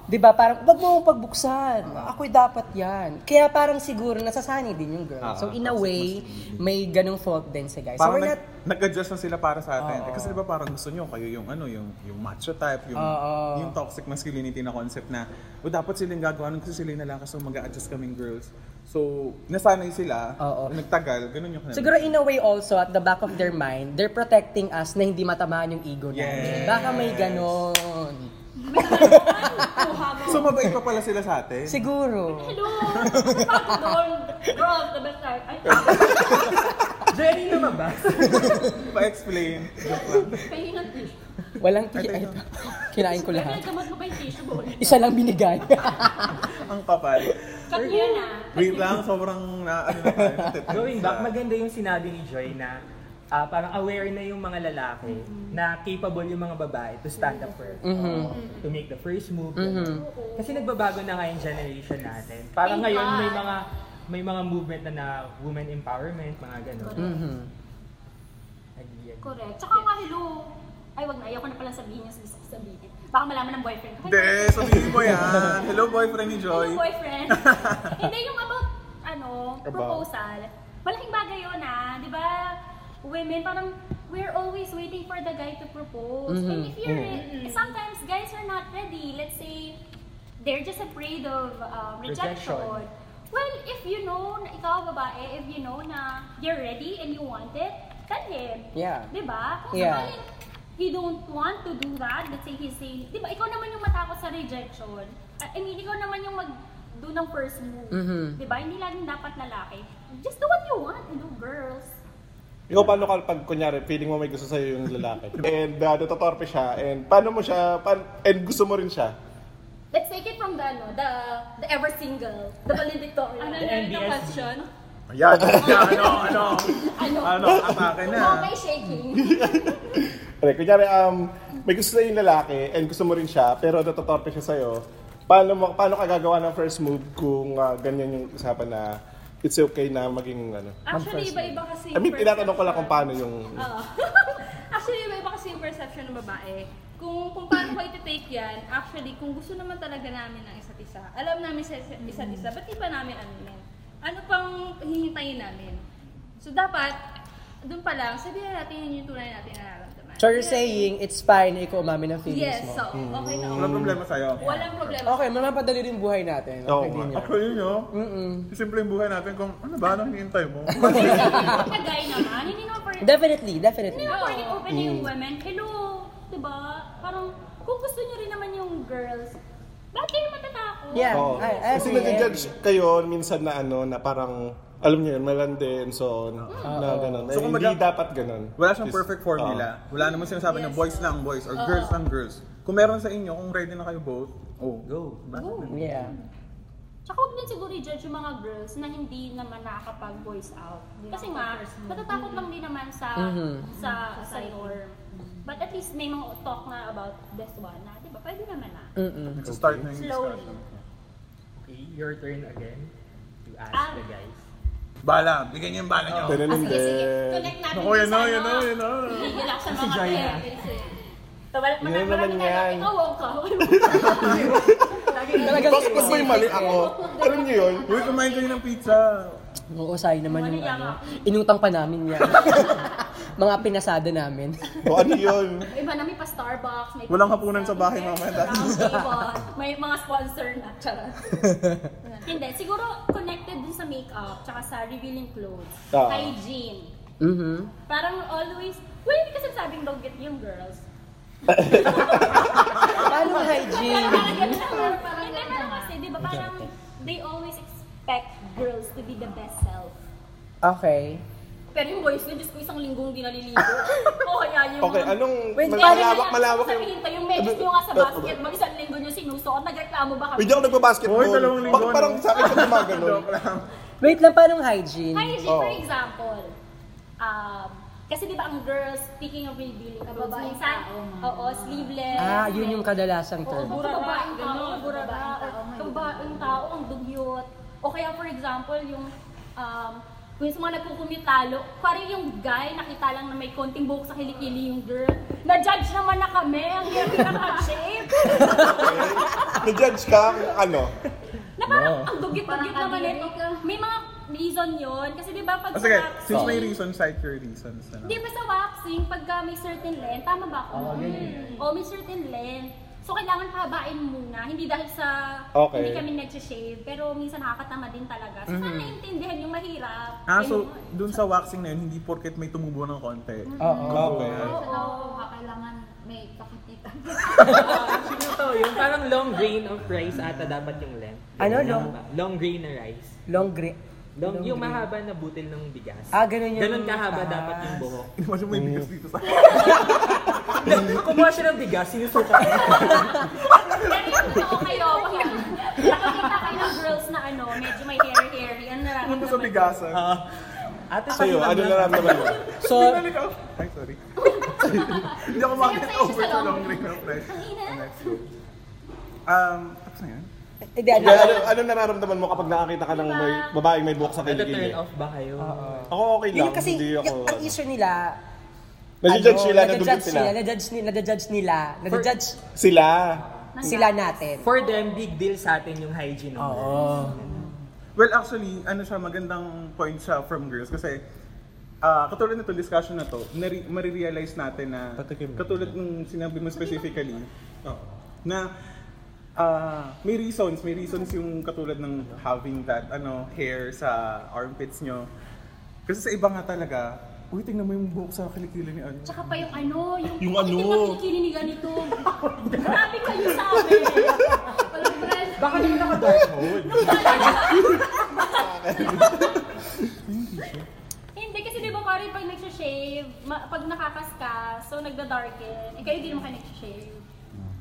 'Di ba parang wag mo akong pagbuksan. Ako'y dapat 'yan. Kaya parang siguro nasasanay din yung girl. Ah, so in a way, may ganung fault din si guys. So Parang we're not nag, adjust na sila para sa atin. Eh, kasi di ba parang gusto nyo, kayo yung ano, yung, yung macho type, yung, Oo. yung toxic masculinity na concept na, o dapat sila yung gagawa nun kasi sila yung lalaki, so mag adjust kaming girls. So, nasanay sila, Oo. nagtagal, ganun yung kanila. Siguro in a way also, at the back of their mind, they're protecting us na hindi matamaan yung ego namin. Yes. Baka may ganon. So, mabait pa pala sila sa atin. Siguro. Hello! Bago doon, girl, the best time. Ay, Jenny naman ba? Pa-explain. pahingin ng tissue. Walang ti- ay, Kinain ko Ay, lahat. gamot mo ba yung tissue bowl? Isa lang binigay. Ang kapal. Cut yun ah. Wait lang, sobrang na, ano na tayo. natitrip Going sa- back, maganda yung sinabi ni Joy na ah, parang aware na yung mga lalaki na capable yung mga babae to stand up for oh, Mhm. to make the first move. Mhm. Kasi nagbabago na nga yung generation natin. Parang Thank ngayon may God. mga may mga movement na na women empowerment, mga ganun. Mhm. Agree, agree. Correct. Tsaka nga, Oh, hello. Ay, wag na. Ayoko na pala sabihin yung gusto ko sabihin. Baka malaman ng boyfriend ko. Hindi, sabihin mo yan. Hello, boyfriend ni Joy. Hello, boyfriend. Hindi, yung about, ano, proposal. Malaking bagay yun, ah. Di ba? Women, parang, we're always waiting for the guy to propose. And if you're, eh, sometimes guys are not ready. Let's say, they're just afraid of um, rejection. Rejection. Well, if you know, na ikaw babae, if you know na you're ready and you want it, tell him. Yeah. Di ba? Diba? Kung Yeah. sakaling he don't want to do that, let's say he's saying, di ba, ikaw naman yung matakot sa rejection. I I mean, ikaw naman yung mag do ng first move. Mm-hmm. Di ba? Hindi laging dapat lalaki. Just do what you want, you know, girls. Ikaw, paano ka pag kunyari, feeling mo may gusto sa'yo yung lalaki? and uh, natatorpe siya. And paano mo siya, pa- and gusto mo rin siya. Let's take it from the, ano, the, the ever single, the Ano valedictorian. na yun ang question? Ayan. ano, ano, ano? ano, atake na. Okay, shaking. Okay, kunyari, um, may gusto sa'yo yung lalaki and gusto mo rin siya, pero natatorpe siya sa'yo. Paano, mo, paano ka gagawa ng first move kung uh, ganyan yung usapan na it's okay na maging ano? Actually, iba-iba kasi I mean, yung tinatanong ko lang perception. kung paano yung... Oo. actually, iba iba kasi yung perception ng babae. Kung, kung paano ko iti-take yan, actually, kung gusto naman talaga namin ng isa't isa, alam namin sa isa- isa't isa, ba't di ba namin ano yun? Ano pang hihintayin namin? So, dapat, doon pa lang, sabihin natin yun yung tunay natin na nararamdaman. So you're saying, it's fine na ikaw umamin ng feelings Yes, mo. Hmm. so, okay na. Walang problema sa'yo. Walang problema. Okay, mamapadali rin buhay natin. Oo Okay, nga. din yun. Ako yun, yun. Mm-mm. Simple yung buhay natin kung ano ba, anong hinihintay mo? Kagay naman, hindi naman for Definitely, definitely. Hindi naman pwedeng open na Mm. yung women. Hello, 'di ba? Parang kung gusto niyo rin naman yung girls, bakit kayo matatakot? Yeah, Oo. I, I Oh, Kasi agree, I nag-judge kayo minsan na ano, na parang, alam niyo yun, malandi and so on. Na ganun. Eh, Ah, So, kumbaga, hindi dapat ganun. Wala siyang Just- ah. perfect formula. Wala naman sinasabi na boys lang boys or girls lang girls. Kung meron sa inyo, kung ready na kayo both, oh, go. Go. agree. Yeah. Tsaka huwag din siguro i-judge yung mga girls na hindi naman nakakapag-voice out. Kasi nga, matatakot lang din naman sa sa Mm-hmm. sa norm. But at least may mga talk na about this one na, 'di ba? Pwede naman na. Start na yung discussion. Okay, your turn again to ask Um, Ah. the guys. Bala, bigyan niyo yung bala niyo. ah, Ganun Ah, din. Connect natin Ako, yan na, yan na, yan na. Yun lang sa mga girls. eh. Tawal, Yun marami naman yan. Ikaw, ka. Talagang Tapos pag may mali ako, alam niyo yun, Uy, kumain kayo ng pizza. Oo, sayang naman yung ano. Wala Inutang pa namin yan. Mga pinasada namin. o ano yun. Iba na may pa Starbucks, may Walang hapunan sa bahay mamaya. Round table. May mga sponsor na. Charot. Hindi. Siguro connected din sa makeup tsaka sa revealing clothes. Oo. Hygiene. mm-hmm. Parang always, well, hindi kasi sabing don't get yung girls. Paano ang hygiene? Parang ganun lang. Parang ganun lang kasi, di ba? Parang they always expect girls to be the best self. Okay. Pero yung boys na, Diyos ko, isang linggong di naliligo. o kaya yung... Okay, anong Wait, malawak, malawak yung... Uh, Sabihin pa, yung medyo nyo nga sa basket, mag isang linggo nyo sinusuot, nagreklamo ba kami? Hindi ako nagbabasketball. Hoy, dalawang linggo, Bakit parang no? sa akin ka gumagano'n? Joke lang. Wait lang, paano ang hygiene? Hygiene, for Oh. example. Um, kasi di ba ang girls, speaking of revealing clothes, Babaeng minsan, tao, mga- oo, sleeveless. Ah, yun yung kadalasang Oo, Oh, term. burara, Babaeng tao, ganun, burara, babaeng tao, or may Babaeng tao, ang dugyot. O kaya, for example, yung, um, kung yung sa mga nagkukumitalo, parang yung guy, nakita lang na may konting buhok sa kilikili yung girl. Na-judge naman na kami, ang hirap na shape. Na-judge ka kung ano. Na parang, ang dugyot-dugyot Parang naman ito. kadiri ka. May mga reason yun. Kasi di ba, pag Oh, sige, sa- since may reason, cite your reasons ano. na lang. Di ba sa waxing, pagka may certain length, tama ba ako? Ah, O may certain length. So, kailangan pahabain muna. Hindi dahil sa Okay. hindi kami nag-shave, pero minsan nakakatama din talaga. So, sana naintindihan yung mahirap. Mm-hmm. Ah, so, Ayun. dun sa waxing na yun, hindi porket may tumubo ng konti. Okay. Ano, kailangan may pakikita. Sino to? Yung parang long grain of rice ata dapat yung length. Ano, Yung long- mahaba. Long grain na rice. Long grip. Long, yung mahaba na butil ng bigas. Ah, ganun yung Ganun kahaba taas. dapat yung buhok. Hindi mo siya may bigas dito sa Kumuha siya ng bigas, sinusuka niya. Pero yung totoo kayo, pag nakakita kayo ng girls na ano, medyo may hairy-hairy, ano na Ano sa bigasan? Ate, Sa'yo, pakiramdam ano lang. nararamdaman mo? So, Balik ako. Ay, sorry. Hindi ako makakit over sa long ring ng flesh. Next go. Um, tapos na yun? hindi, ano, Kaya ano, ano nararamdaman mo kapag nakakita ka ng may babaeng may buhok sa Nata-turn kilikili? off ba kayo? Ako okay yun lang, yung kasi, hindi ako... yung, ang issue nila, ano, Nadi-judge sila, nadugod nadi-judge sila. nila, nadi-judge nila, nadi-judge nila, nadi-judge Sila. sila natin. For them, big deal sa atin yung hygiene. Oo. Well, actually, ano siya, magandang point siya from girls kasi ah, katulad nito discussion na to, nari- marirealize natin oh, na katulad nung sinabi mo specifically, oo, na Ah, may reasons, may reasons yung katulad ng having that ano hair sa armpits nyo. Kasi sa iba nga talaga, uy, tingnan mo yung buhok sa kilikili ni ano. Tsaka pa yung ano, yung, Yung bakit ano? yung kikinig ni ganito. Grabe kayo sa amin. Walang brand. Baka hindi na ka-dark eh. Hindi kasi di ba pare pag nagsha-shave, ma- pag nakakaskas, so nagda-darken. Eh kayo di naman kayo nagsha-shave.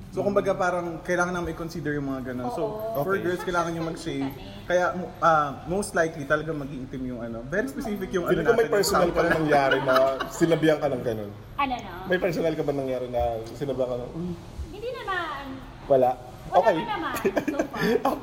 So kumbaga parang kailangan namin i-consider yung mga ganun. So Oo. for Okay. girls, kailangan yung mag-shave. Kaya mo- ah, most likely talaga mag-iitim yung ano. Very specific yung Feeling ano ko may natin, personal ka example. na nangyari na sinabihan ka ng ganun. Ano no? May personal ka ba nangyari na sinabihan ka ng, uy, Hindi naman. wala? Wala Okay. pa naman so far.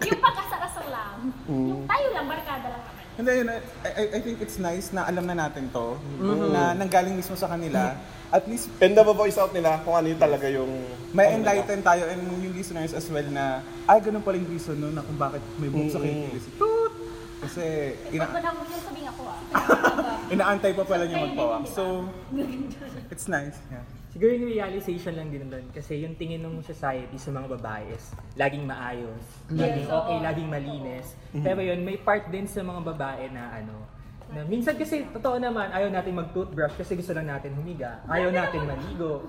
Yung pagkasarasar lang. Yung tayo lang, barkada lang naman. Hindi, yun, I, I- I think it's nice na alam na natin to. Mm-hmm. Na nanggaling mismo sa kanila. At least And na-voice out nila kung ano yung talaga yung... may ano enlighten tayo and yung listeners as well na ay ganun pala yung reason no, na kung bakit may buhok sa Mm-hmm. kilikili si Toot. Kasi ina Pag ako yung sabi nga ko ah. inaantay pa pala niya magpawak. So, it's nice. Yeah. Siguro yung realization lang din doon kasi yung tingin ng society sa mga babae is laging maayos, laging okay, laging malinis. Pero yun, may part din sa mga babae na ano, na minsan kasi totoo naman ayaw natin mag-toothbrush kasi gusto lang natin humiga. Ayaw natin maligo.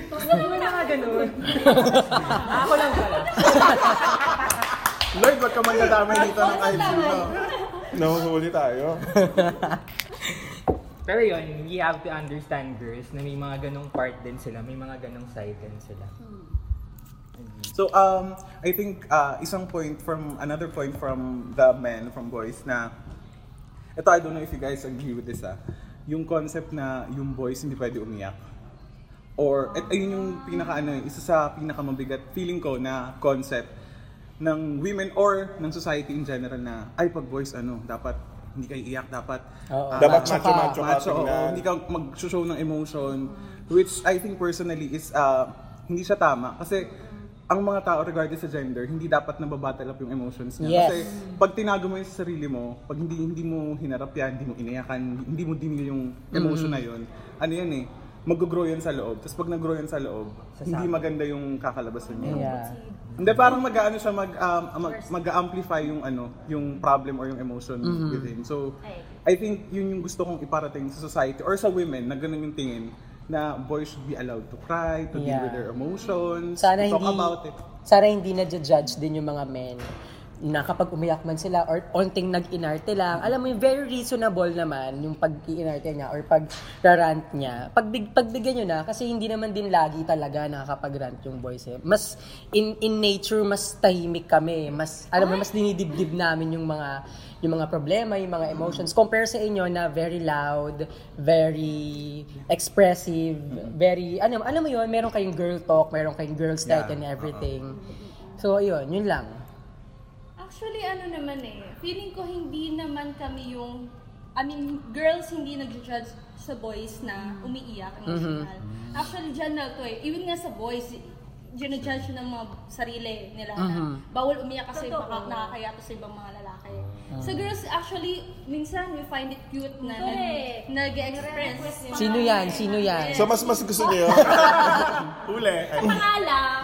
Hindi na nga ganun. Ah, Ako lang pala. Lord, wag ka man nadamay dito ng IGU. No? Nahuhuli tayo. Pero yun, we have to understand girls na may mga ganong part din sila, may mga ganong side din sila. So, um, I think uh, isang point from, another point from the men, from boys na, ito, I don't know if you guys agree with this, ah. Yung concept na yung boys hindi pwede umiyak. Or, at ayun yung pinaka, ano, isa sa pinakamabigat feeling ko na concept ng women or ng society in general na, ay, pag boys, ano, dapat hindi kayo iyak, dapat ah, Dapat macho-macho ka macho, oo, tingnan. hindi ka mag-show ng emotion, which I think personally is uh, hindi siya tama. Kasi ang mga tao regardless sa gender, hindi dapat nababattle up yung emotions Yes. niya. Kasi pag tinago mo yung sa sarili mo, pag hindi, hindi mo hinarap yan, hindi mo iniyakan, hindi mo dinil yung emotion na yun, ano yan eh, mag-grow yan sa loob. Tapos pag nag-grow yan sa loob, hindi maganda yung kakalabasan niya. Yeah. Hindi, parang mag-ano siya, mag, um, mag, mag-amplify yung ano, yung problem or yung emotion Mm-hmm. within. So, I think yun yung gusto kong iparating sa society or sa women na ganun yung tingin na boys should be allowed to cry, to deal Yeah. with their emotions, Sana to talk hindi, about it. sana hindi na judge din yung mga men na kapag umiyak man sila or onting nag-inarte lang, alam mo yung very reasonable naman yung pag-iinarte niya or pag-rant niya. Pagbig, pagbigyan nyo na kasi hindi naman din lagi talaga nakakapag-rant yung boys eh. Mas in, in nature, mas tahimik kami. Mas, alam mo, mas dinidibdib namin yung mga yung mga problema, yung mga emotions. Compare sa inyo na very loud, very expressive, very, ano, alam mo yun, meron kayong girl talk, meron kayong girls night Yeah, and everything. So, yun, yun lang. Actually, ano naman eh, feeling ko hindi naman kami yung, I mean, girls hindi nag-judge sa boys na umiiyak emotional. Actually, dyan na to eh. Even nga sa boys, ginajudge ng mga sarili nila na bawal umiyak kasi baka nakakaya to sa ibang mga lalaki. Sa girls, actually, minsan we find it cute na Correct. nag- nag-express. Sino yan? Sino yan? So, mas mas gusto niyo yun? Huli. Pangalang.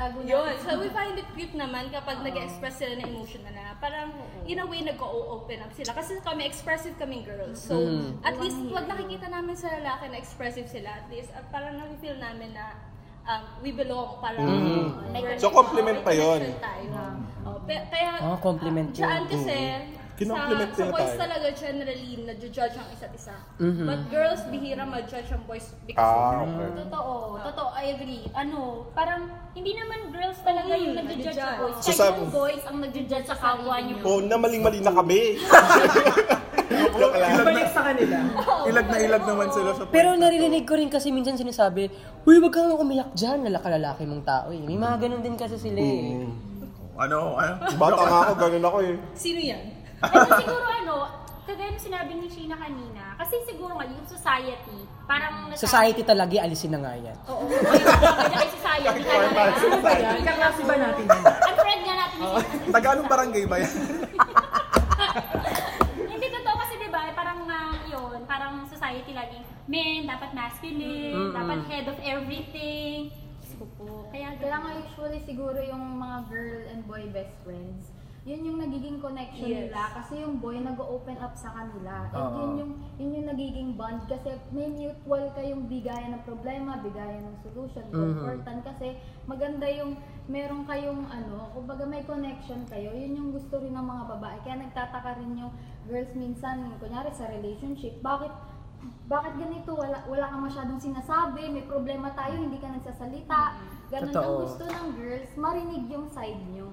Tago yun. So we find it cute naman kapag nag-express sila ng emotion na Parang in a way nag-o-open up sila. Kasi kami expressive kaming girls. So Hmm. at least pag nakikita namin sa lalaki na expressive sila, at least at parang nakifeel namin na um, we belong. Parang Hmm. we're- So, compliment pa yun. May connection tayo. Oh, pe- kaya Oh, compliment ah, dyan yun. kasi Hmm. Kinomplement sa, sa nila boys tayo. talaga generally nadjudge ang isa't isa. Mm-hmm. But girls bihira mag-judge ang boys because Ah, okay. Totoo, totoo, I agree. Ano, parang hindi naman girls talaga yung Mm, nagja-judge sa nagja-judge. boys. So, Kahit sabi- yung boys ang nagja-judge sa kapwa niyo. Oh, na maling-mali na kami. Joke lang. Ibalik sa kanila. Ilag na ilag naman sila sa Pero naririnig ko rin kasi minsan sinasabi, Uy, wag kang umiyak dyan, lalaki-lalaki mong tao eh. May mga ganun din kasi sila eh. ano, ano? Bata nga ako, ganun ako eh. sino yan? Kasi siguro ano, kagaya ng sinabi ni Sheena kanina, kasi siguro nga yung society, parang nasabi- Society talaga, eh, alisin na nga yan. Oo, kaya kaya society talaga. Ano ba yan? Kaklase ba natin yan? Ang friend nga natin ni Sheena. Taga anong barangay ba yan? Hindi totoo kasi 'di ba, eh, parang ah, yun, parang society laging men dapat masculine, dapat head of everything. po. Kaya Kaya nga usually siguro yung mga girl and boy best friends, yun yung nagiging connection Yes. nila kasi yung boy nag-open up sa kanila. At Oo. yun yung yun yung nagiging bond kasi may mutual kayong bigayan ng problema, bigayan ng solution, comfortan kasi maganda yung meron kayong ano, kumbaga may connection kayo. Yun yung gusto rin ng mga babae. Kaya nagtataka rin yung girls minsan, kunyari sa relationship, bakit bakit ganito, wala, wala kang masyadong sinasabi, may problema tayo, hindi ka nagsasalita. Ganun ang Totoo. gusto ng girls, marinig yung side nyo.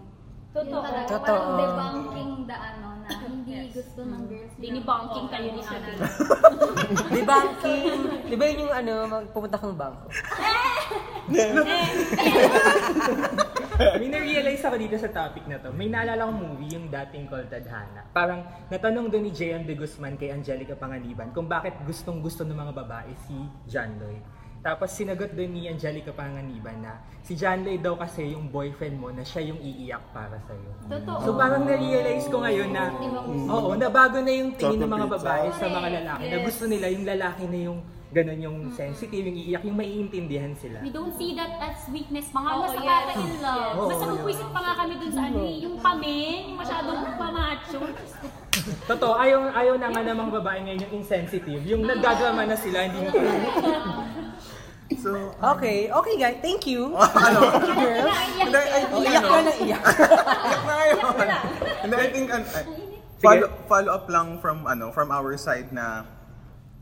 Totoo. Yun talaga, Totoo. parang debunking the ano na hindi gusto ng girls. na- Binibunking kayo ni Ate. Di ba, Kim? Di ba yun yung ano, magpupunta kang bangko? May na-realize ako dito sa topic na to. May naalala akong movie, yung dating called Tadhana. Parang natanong doon ni Jeon de Guzman kay Angelica Panganiban kung bakit gustong gusto ng mga babae si John Lloyd. Tapos sinagot doon ni Angelica Panganiban na si John Lloyd daw kasi yung boyfriend mo na siya yung iiyak para sa'yo. Totoo. So parang na-realize ko ngayon na oo, nabago na yung tingin ng mga Chocolate babae sa mga Correct. lalaki na Yes. gusto nila yung lalaki na yung ganun yung sensitive, yung iiyak, yung maiintindihan sila. We don't see that as weakness, mga Oo, mas yes. nakaka-in love. Oo, mas yes. nagpupuisit pa nga kami dun sa ano eh, yung pame, yung masyadong pamacho. Totoo, ayaw, ayaw na nga namang babae ngayon yung insensitive. Yung naggadrama na sila, hindi mo So, Okay, okay guys, thank you. Girl? hindi, I Oh, think, iyak ano, ka na iyak. iyak na kayo. Hindi, I think, ano, I- follow, follow up lang from, ano, from our side na,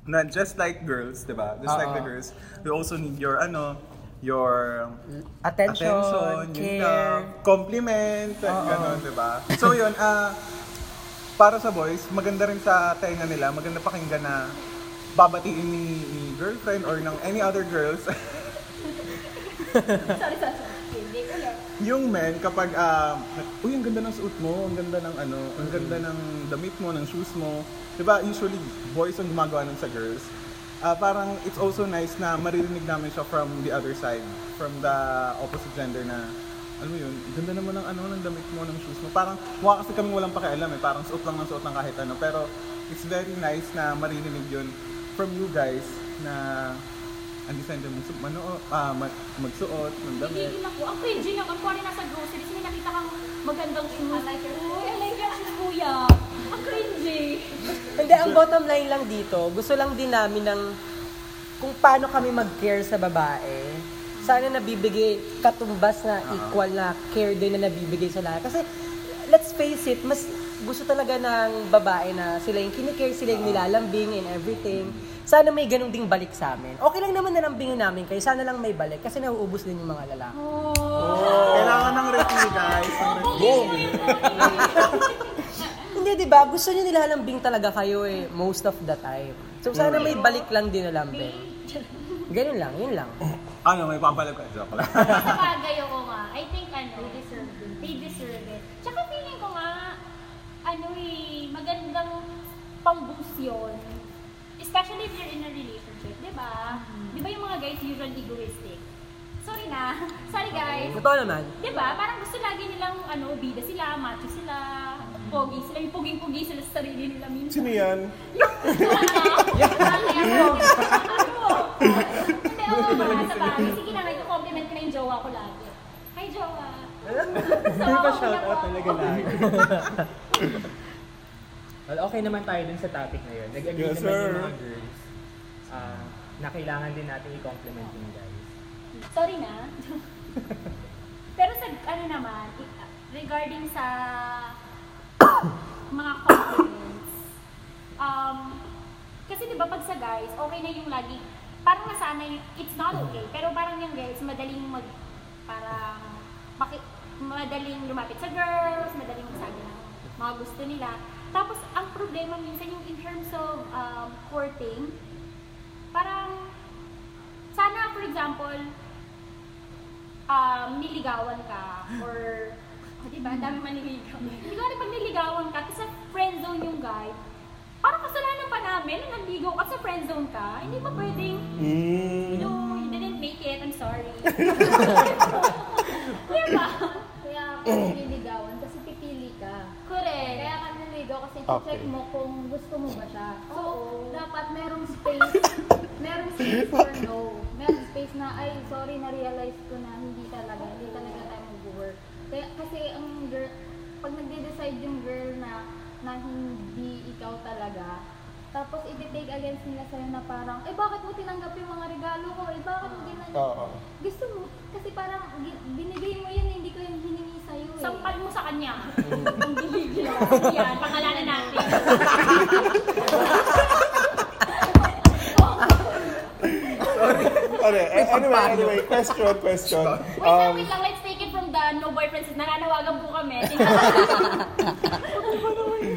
na just like girls, di ba? Just like the Ah. girls, we also need your, ano, your Attention, yung care. love, compliment, at gano'n, di ba? So yun, ah, para sa boys, maganda rin sa tenga nila, maganda pakinggan na babatiin ni, ni girlfriend or ng any other girls sorry, sorry. Hindi ko lang. yung men kapag ah, uy ang ganda ng suot mo, ang ganda ng ano, ang ganda ng damit mo, ng shoes mo. 'Di ba? Usually boys ang gumagawa nun sa girls. Ah, parang it's also nice na maririnig namin siya from the other side, from the opposite gender na alam mo yun, ganda naman ng ano, ng damit mo, ng shoes mo. Parang, mukha kasi kami walang pakialam eh. Parang suot lang ng suot ng kahit ano. Pero, it's very nice na maririnig yun from you guys na ang designer mo, mano, ah, mag- magsuot, ng damit. Nagigil ako. Ang cringy lang. Ang kuwari nasa groceries, may nakita kang magandang shoes. I like your shoes. I like your shoes, kuya. Ang cringy. Hindi, ang bottom line lang dito, gusto lang din namin ng kung paano kami mag-care sa babae. Sana nabibigay katumbas na equal na care din na nabibigay sa lahat. Kasi, let's face it, mas gusto talaga ng babae na sila yung kinikare, sila yung nilalambing and everything. Sana may ganun ding balik sa amin. Okay lang naman nalambingin namin kayo, sana lang may balik kasi nauubos din yung mga lalaki. Kailangan ng refill, guys. Ng refill. Hindi, di ba? Gusto nyo nilalambing talaga kayo eh, most of the time. So, sana may balik lang din nalambing. Ganun lang, yun lang. Ano, may pampalag ka. Joke lang. Sa bagay ako nga, I think ano, they deserve it. They deserve it. Tsaka feeling ko nga, ano eh, magandang pang-boost yun. Especially if you're in a relationship, di ba? Mm-hmm. Di ba yung mga guys usually egoistic? Sorry na. Sorry guys. Totoo naman. Di ba? Parang gusto lagi nilang ano, bida sila, macho sila, pogi sila, yung poging-pogi sila sa sarili nila minsan. ano, Sino yan? Hindi, oo nga, sa bagay. ano, Sige na, ngayon compliment ko na yung jowa ko lagi. Hi, jowa. Hindi pa shout out talaga lagi. Well, okay naman tayo dun sa topic na yun. Nag-agree Yes, naman yung sir. mga girls ah, na kailangan din natin i-compliment yung guys. Sorry na. Pero sa ano naman, i- regarding sa mga compliments, um, kasi di ba pag sa guys, okay na yung lagi, parang nasanay, it's not okay, pero parang yung guys, madaling mag, parang, paki, madaling lumapit sa girls, madaling magsabi ng mga gusto nila. Tapos, ang problema minsan yung in terms of um, courting, parang sana for example um, niligawan ka or oh, diba, ang dami maniligaw. Hindi ko pag niligawan ka, kasi sa friend zone yung guy, parang kasalanan pa namin na nanligaw ka sa friend zone ka. Hindi ba pwedeng, Hmm. you know, you didn't make it, I'm sorry. diba? Kaya ako Eh. nililigawan kasi pipili ka. Correct. Kaya ka niligaw kasi Okay. check mo kung gusto mo ba siya. So, Oo. dapat merong space, merong space for no, merong space na, ay, sorry, na-realize ko na hindi talaga, hindi talaga tayo mag-work. Kaya, kasi ang girl, pag nagde-decide yung girl na, na hindi ikaw talaga, tapos i-take against nila sa'yo na parang, eh bakit mo tinanggap yung mga regalo ko? Eh bakit mo ginanap? Mm. Oo. Gusto mo, kasi parang gi- binigay mo yun, hindi ko yung hiningi sa'yo eh. Sampal mo sa kanya. Ang dilig niya. Yan, pangalanan natin. Okay, a- Ano, eh, anyway, anyway, question, question. Wait lang, Um, wait lang. Let's take it from the no boyfriends. Nananawagan po kami.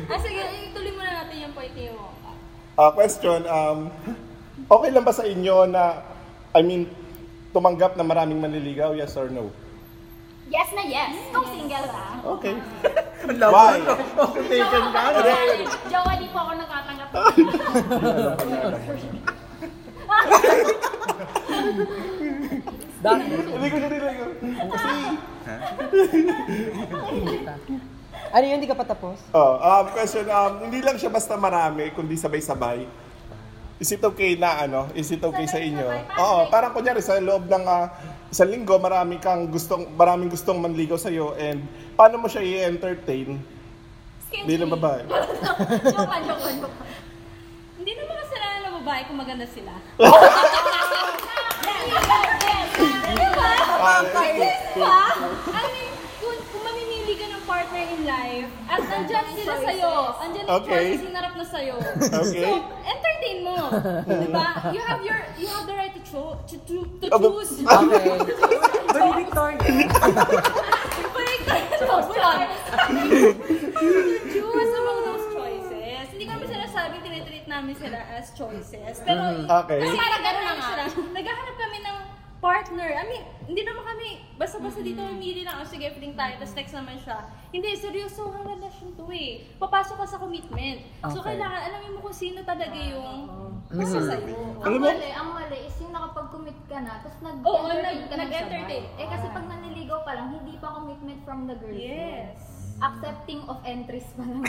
Ah, sige, ituloy muna natin yung point ni Wongka. Ah, question, um, okay lang ba sa inyo na, I mean, tumanggap na maraming manliligaw, yes or no? yes na yes. Kung single ah. Okay. Ang labo Why? ano? Taken ka? Jowa, di po ako nagkatanggap. Hindi ko nililigaw. Kasi, Ano yun, hindi ka patapos? oh, um, question, um, hindi lang siya basta marami, kundi sabay-sabay. Is it okay na ano? Is it okay sa inyo? Oo, parang kunyari sa loob ng ah, isang linggo, marami kang gustong, maraming gustong manligaw sa'yo and paano mo siya i-entertain bilang babae? Joke lang, joke lang, joke lang. Hindi naman kasalanan ng babae kung maganda sila. Diba? I mean, kung, kung mamimili ka ng partner in life, at andyan sila sa'yo, andyan yung Okay. choices hinarap na sa'yo. Okay. So, entertain mo. Diba? You have your, you have the right to, cho- to, to, to Aba- choose. Okay. Balik target. Correct. Wala. Choose among those choices. Hindi ko naman sinasabi, tinitreat namin sila as choices. Pero, Mm-hmm. Okay. kasi parang gano'n lang sila. Naghahanap kami ng partner. I mean, hindi naman kami, basta-basta dito umili lang, oh, sige, fling tayo, tapos text naman siya. Hindi, seryoso ang relasyon to eh. Papasok ka sa commitment. So, Okay. kailangan alamin mo kung sino talaga yung gusto sa'yo. Ang Alam mo- mali, ang mali is yung nakapag-commit ka na, tapos nag-entertain Oo, nag- ka na nag-entertain. sabay. Eh kasi pag naniligaw pa lang, hindi pa commitment from the girl. Yes. Accepting of entries pa lang.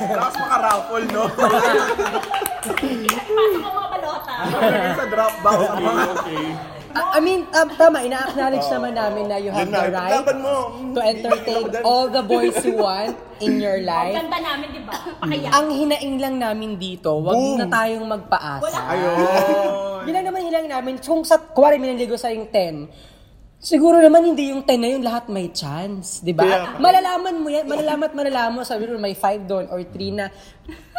Tapos makaraffle, no? Pasok ang mga balota. sa Dropbox ang mga... okay. I mean, um, tama, ina-acknowledge naman namin na you have Yun na, the right laban mo. to entertain all the boys you want in your Ang life. ganda namin, di diba? ba? Pakaya. Ang hinaing lang namin dito, wag na tayong magpaasa. Ayun. Yun lang naman hilang namin. Kung sa 40 miniligo sa yung 10, siguro naman hindi yung 10 na yun, lahat may chance, di ba? Kaya- At Malalaman mo yan, malalaman at malalaman mo, sabi mo may 5 doon or 3 na,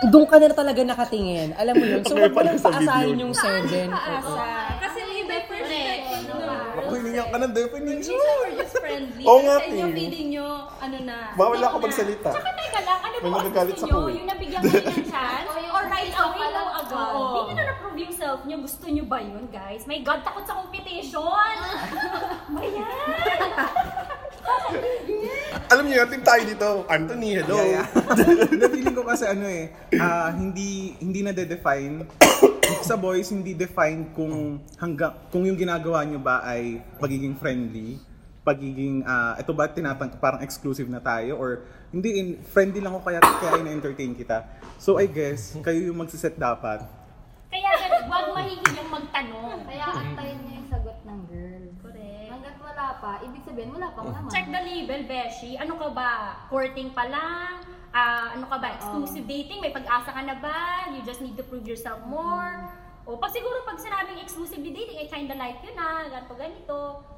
doon ka na talaga nakatingin. Alam mo yun? So, wag Okay, mo pala lang sa video paasahin yun. yung 7. Paasa. Kasi iba yung first type of number. Hiningan ka ng definition. Minsan we're just friendly. Oo nga, Kasi eh. yung feeling nyo, ano na. Bawal ako magsalita. Tsaka teka lang, ano May ba ang magagalit gusto sa nyo? kuwi. Yung nabigyan kayo ng chance? O yung Or right isa away pa lang lang agad? oo. Hindi nyo na na-prove yung self nyo. Gusto nyo ba yun, guys? My God, takot sa competition! ba yan? Alam niyo, team tayo dito. Anthony, hello. Yeah, yeah. feeling ko kasi ano eh, ah, hindi hindi na define sa boys hindi defined kung hanggang kung yung ginagawa nyo ba ay pagiging friendly, pagiging ah, ito ba tinatang parang exclusive na tayo or hindi in, friendly lang ako kaya kaya na-entertain kita. So I guess kayo yung magsiset dapat. Kaya ganun, huwag mahihiyang magtanong. Kaya antayin niya yung sagot ng girl. Correct. Hanggat wala pa, ibig sabihin wala pang naman. Check the label, Beshi. Ano ka ba? Courting pa lang? Ah, ano ka ba? Exclusive dating? May pag-asa ka na ba? You just need to prove yourself more? O pag siguro pag sinabing exclusive dating, eh kinda like yun na, ganito, ganito.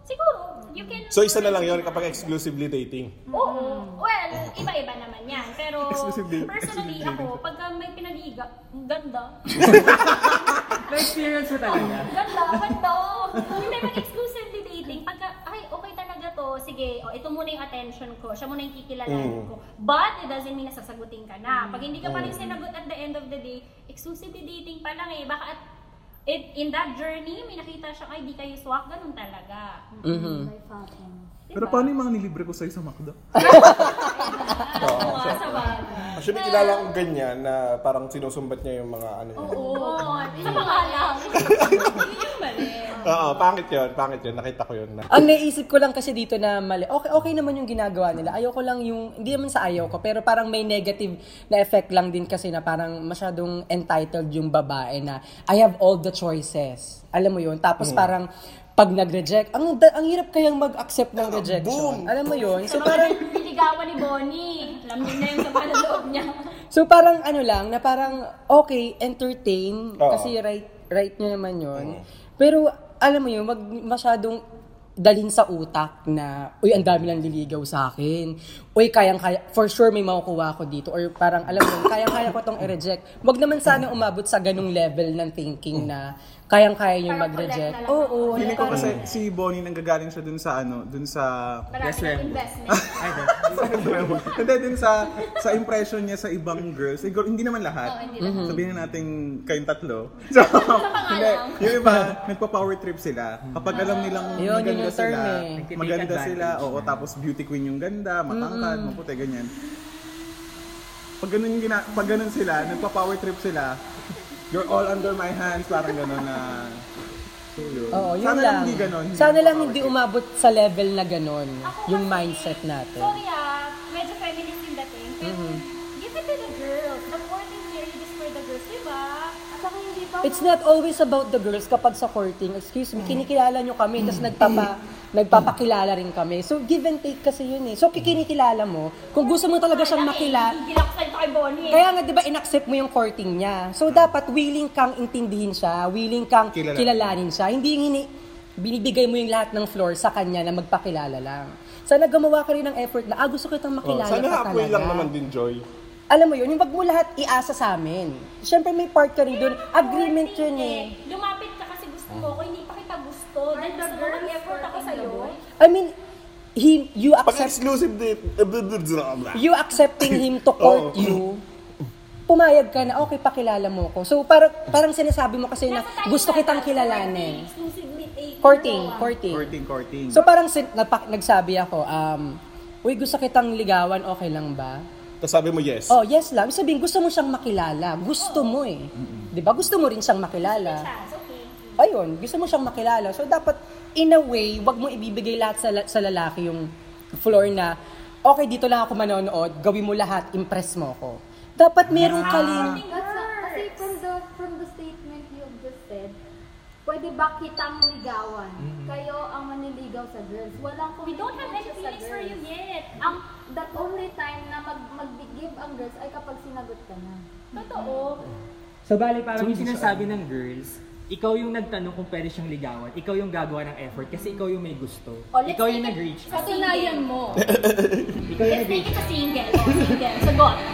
Siguro, you can... Mm-hmm. So isa na lang yon kapag exclusively dating. Oo. Well, iba-iba naman yan. Pero Exclusive date. personally ako, pagka may pinaliga, ang ganda. May experience mo talaga. Ganda, ganda. oh. Hindi, pag exclusively dating, pagka, ay, okay talaga to, sige, oh, ito muna yung attention ko, siya muna yung kikilalanin ko. But, it doesn't mean na sasagutin ka Mm. na. Pag hindi ka pa rin sinagot at the end of the day, exclusively dating pa lang eh, baka at, in- in that journey, may nakita siya, ay, di kayo swak, ganun talaga. Mm-hmm. By fucking. Diba? Pero paano yung mga nilibre ko sa'yo sa McDo? Oo, sa bagay. Actually, kilala kong ganyan na parang sinusumbat niya yung mga ano. Oo, sa pangalang. Yun yung mali. Oo, pangit yun, pangit yun. Nakita ko yun. Na. Ang naisip ko lang kasi dito na mali, okay, okay naman yung ginagawa nila. Ayaw ko lang yung, hindi naman sa ayaw ko, pero parang may negative na effect lang din kasi na parang masyadong entitled yung babae na I have all the choices. Alam mo yun? Tapos parang pag nag-reject, ang, da- ang hirap kayang mag-accept ng rejection. Alam mo yun? So parang, Niligawan ni Bonnie. Alam niyo na yung sama na loob niya. So parang ano lang, na parang okay, entertain, Oo. kasi right, right nyo naman yun. Mm. Pero alam mo yun, wag masyadong dalhin sa utak na, uy, ang dami lang liligaw sa akin. Uy, kayang-kaya, for sure may makukuha ako dito. Or parang, alam mo, yun, kayang-kaya ko tong i-reject. Wag naman sana umabot sa ganung level ng thinking na kayang-kaya yung mag-reject. Oo, oo. ano, Feeling ko parang- kasi si Bonnie nanggagaling siya dun sa ano, dun sa... Marami ng investment. Hindi, dun sa, sa impression niya sa ibang girls. Siguro, hindi naman lahat. Mhm. Sabihin na natin kayong tatlo. So, hindi, yung iba, nagpa-power trip sila. Kapag alam nilang Yun, yun maganda yung term sila, eh. Nagtitake maganda sila, advantage. oo, tapos beauty queen yung ganda, matangkad, maputi, ganyan. Pag ganun, yung gina- pag ganun sila, nagpa-power trip sila, you're all under my hands, parang ganun na... So, yun. Oo, yun lang. Sana lang hindi ganun. Sana lang hindi umabot sa level na ganun, Ako yung kasi, mindset natin. Mm-hmm. Sorry ah, medyo feminist yung dating. Pero give it to the girls. The courting period is for the girls, di diba? ba? At saka hindi pa... It's not always about the girls kapag sa courting. Excuse me, kinikilala nyo kami, tapos nagpapa, nagpapakilala rin kami. So, give and take kasi yun eh. So, kikinikilala mo, kung gusto mo talaga siyang makilala, Gilaksan ito kay Bonnie. eh. kaya nga, di ba, inaccept mo yung courting niya. So, dapat willing kang intindihin siya, willing kang Kilalanin. kilalanin siya. Hindi yung hini- binibigay mo yung lahat ng floor sa kanya na magpakilala lang. Sana gumawa ka rin ng effort na, ah, gusto ko itong Oh, makilala sana pa hapoy talaga." lang naman din, Joy. Alam mo yun, yung wag mo lahat iasa sa amin. Siyempre, may part ka rin doon. Agreement yun eh. Lumapit ka kasi gusto mo ko, hindi pa kita gusto. Dahil gusto mo mag-effort ako sa'yo. I mean, he, you Pag accept, exclusive date, eh, blah, blah, blah, blah. you accepting him to court Oo. you, pumayag ka na, okay, pakilala mo ko. So, parang, parang sinasabi mo kasi na, Nasa tayo gusto na, kitang nasa courting, kilalanin. Exclusively taken. Courting, Ano? courting. Courting, courting. So, parang sin- napa- nagsabi ako, um, Uy, gusto kitang ligawan, okay lang ba? Tapos sabi mo yes. Oh, yes lang. Ibig sabihin, gusto mo siyang makilala. Gusto mo eh. Di ba? Gusto mo rin siyang makilala. Chance, okay. ayun, gusto mo siyang makilala. So, dapat, in a way, wag mo ibibigay lahat sa, la- sa lalaki yung floor na, okay, dito lang ako manonood, gawin mo lahat, impress mo ako. Dapat merong kaling... That's not, kasi from the, from the statement you just said, pwede ba kitang ligawan? Kayo ang maniligaw sa girls. Walang We don't have any commitment sa feelings for you girls. yet. Ah, Ang, that only time na mag, mag-give ang girls ay kapag sinagot ka na. Totoo. So, bali, parang yung sinasabi ng girls, ikaw yung nagtanong kung pwede siyang ligawan. Ikaw yung gagawa ng effort kasi ikaw yung may gusto. Oh, let's ikaw yung take it nag-reach. Sa single. Ikaw yung Let's nag-reach. take it sa single. O, single. Sagot.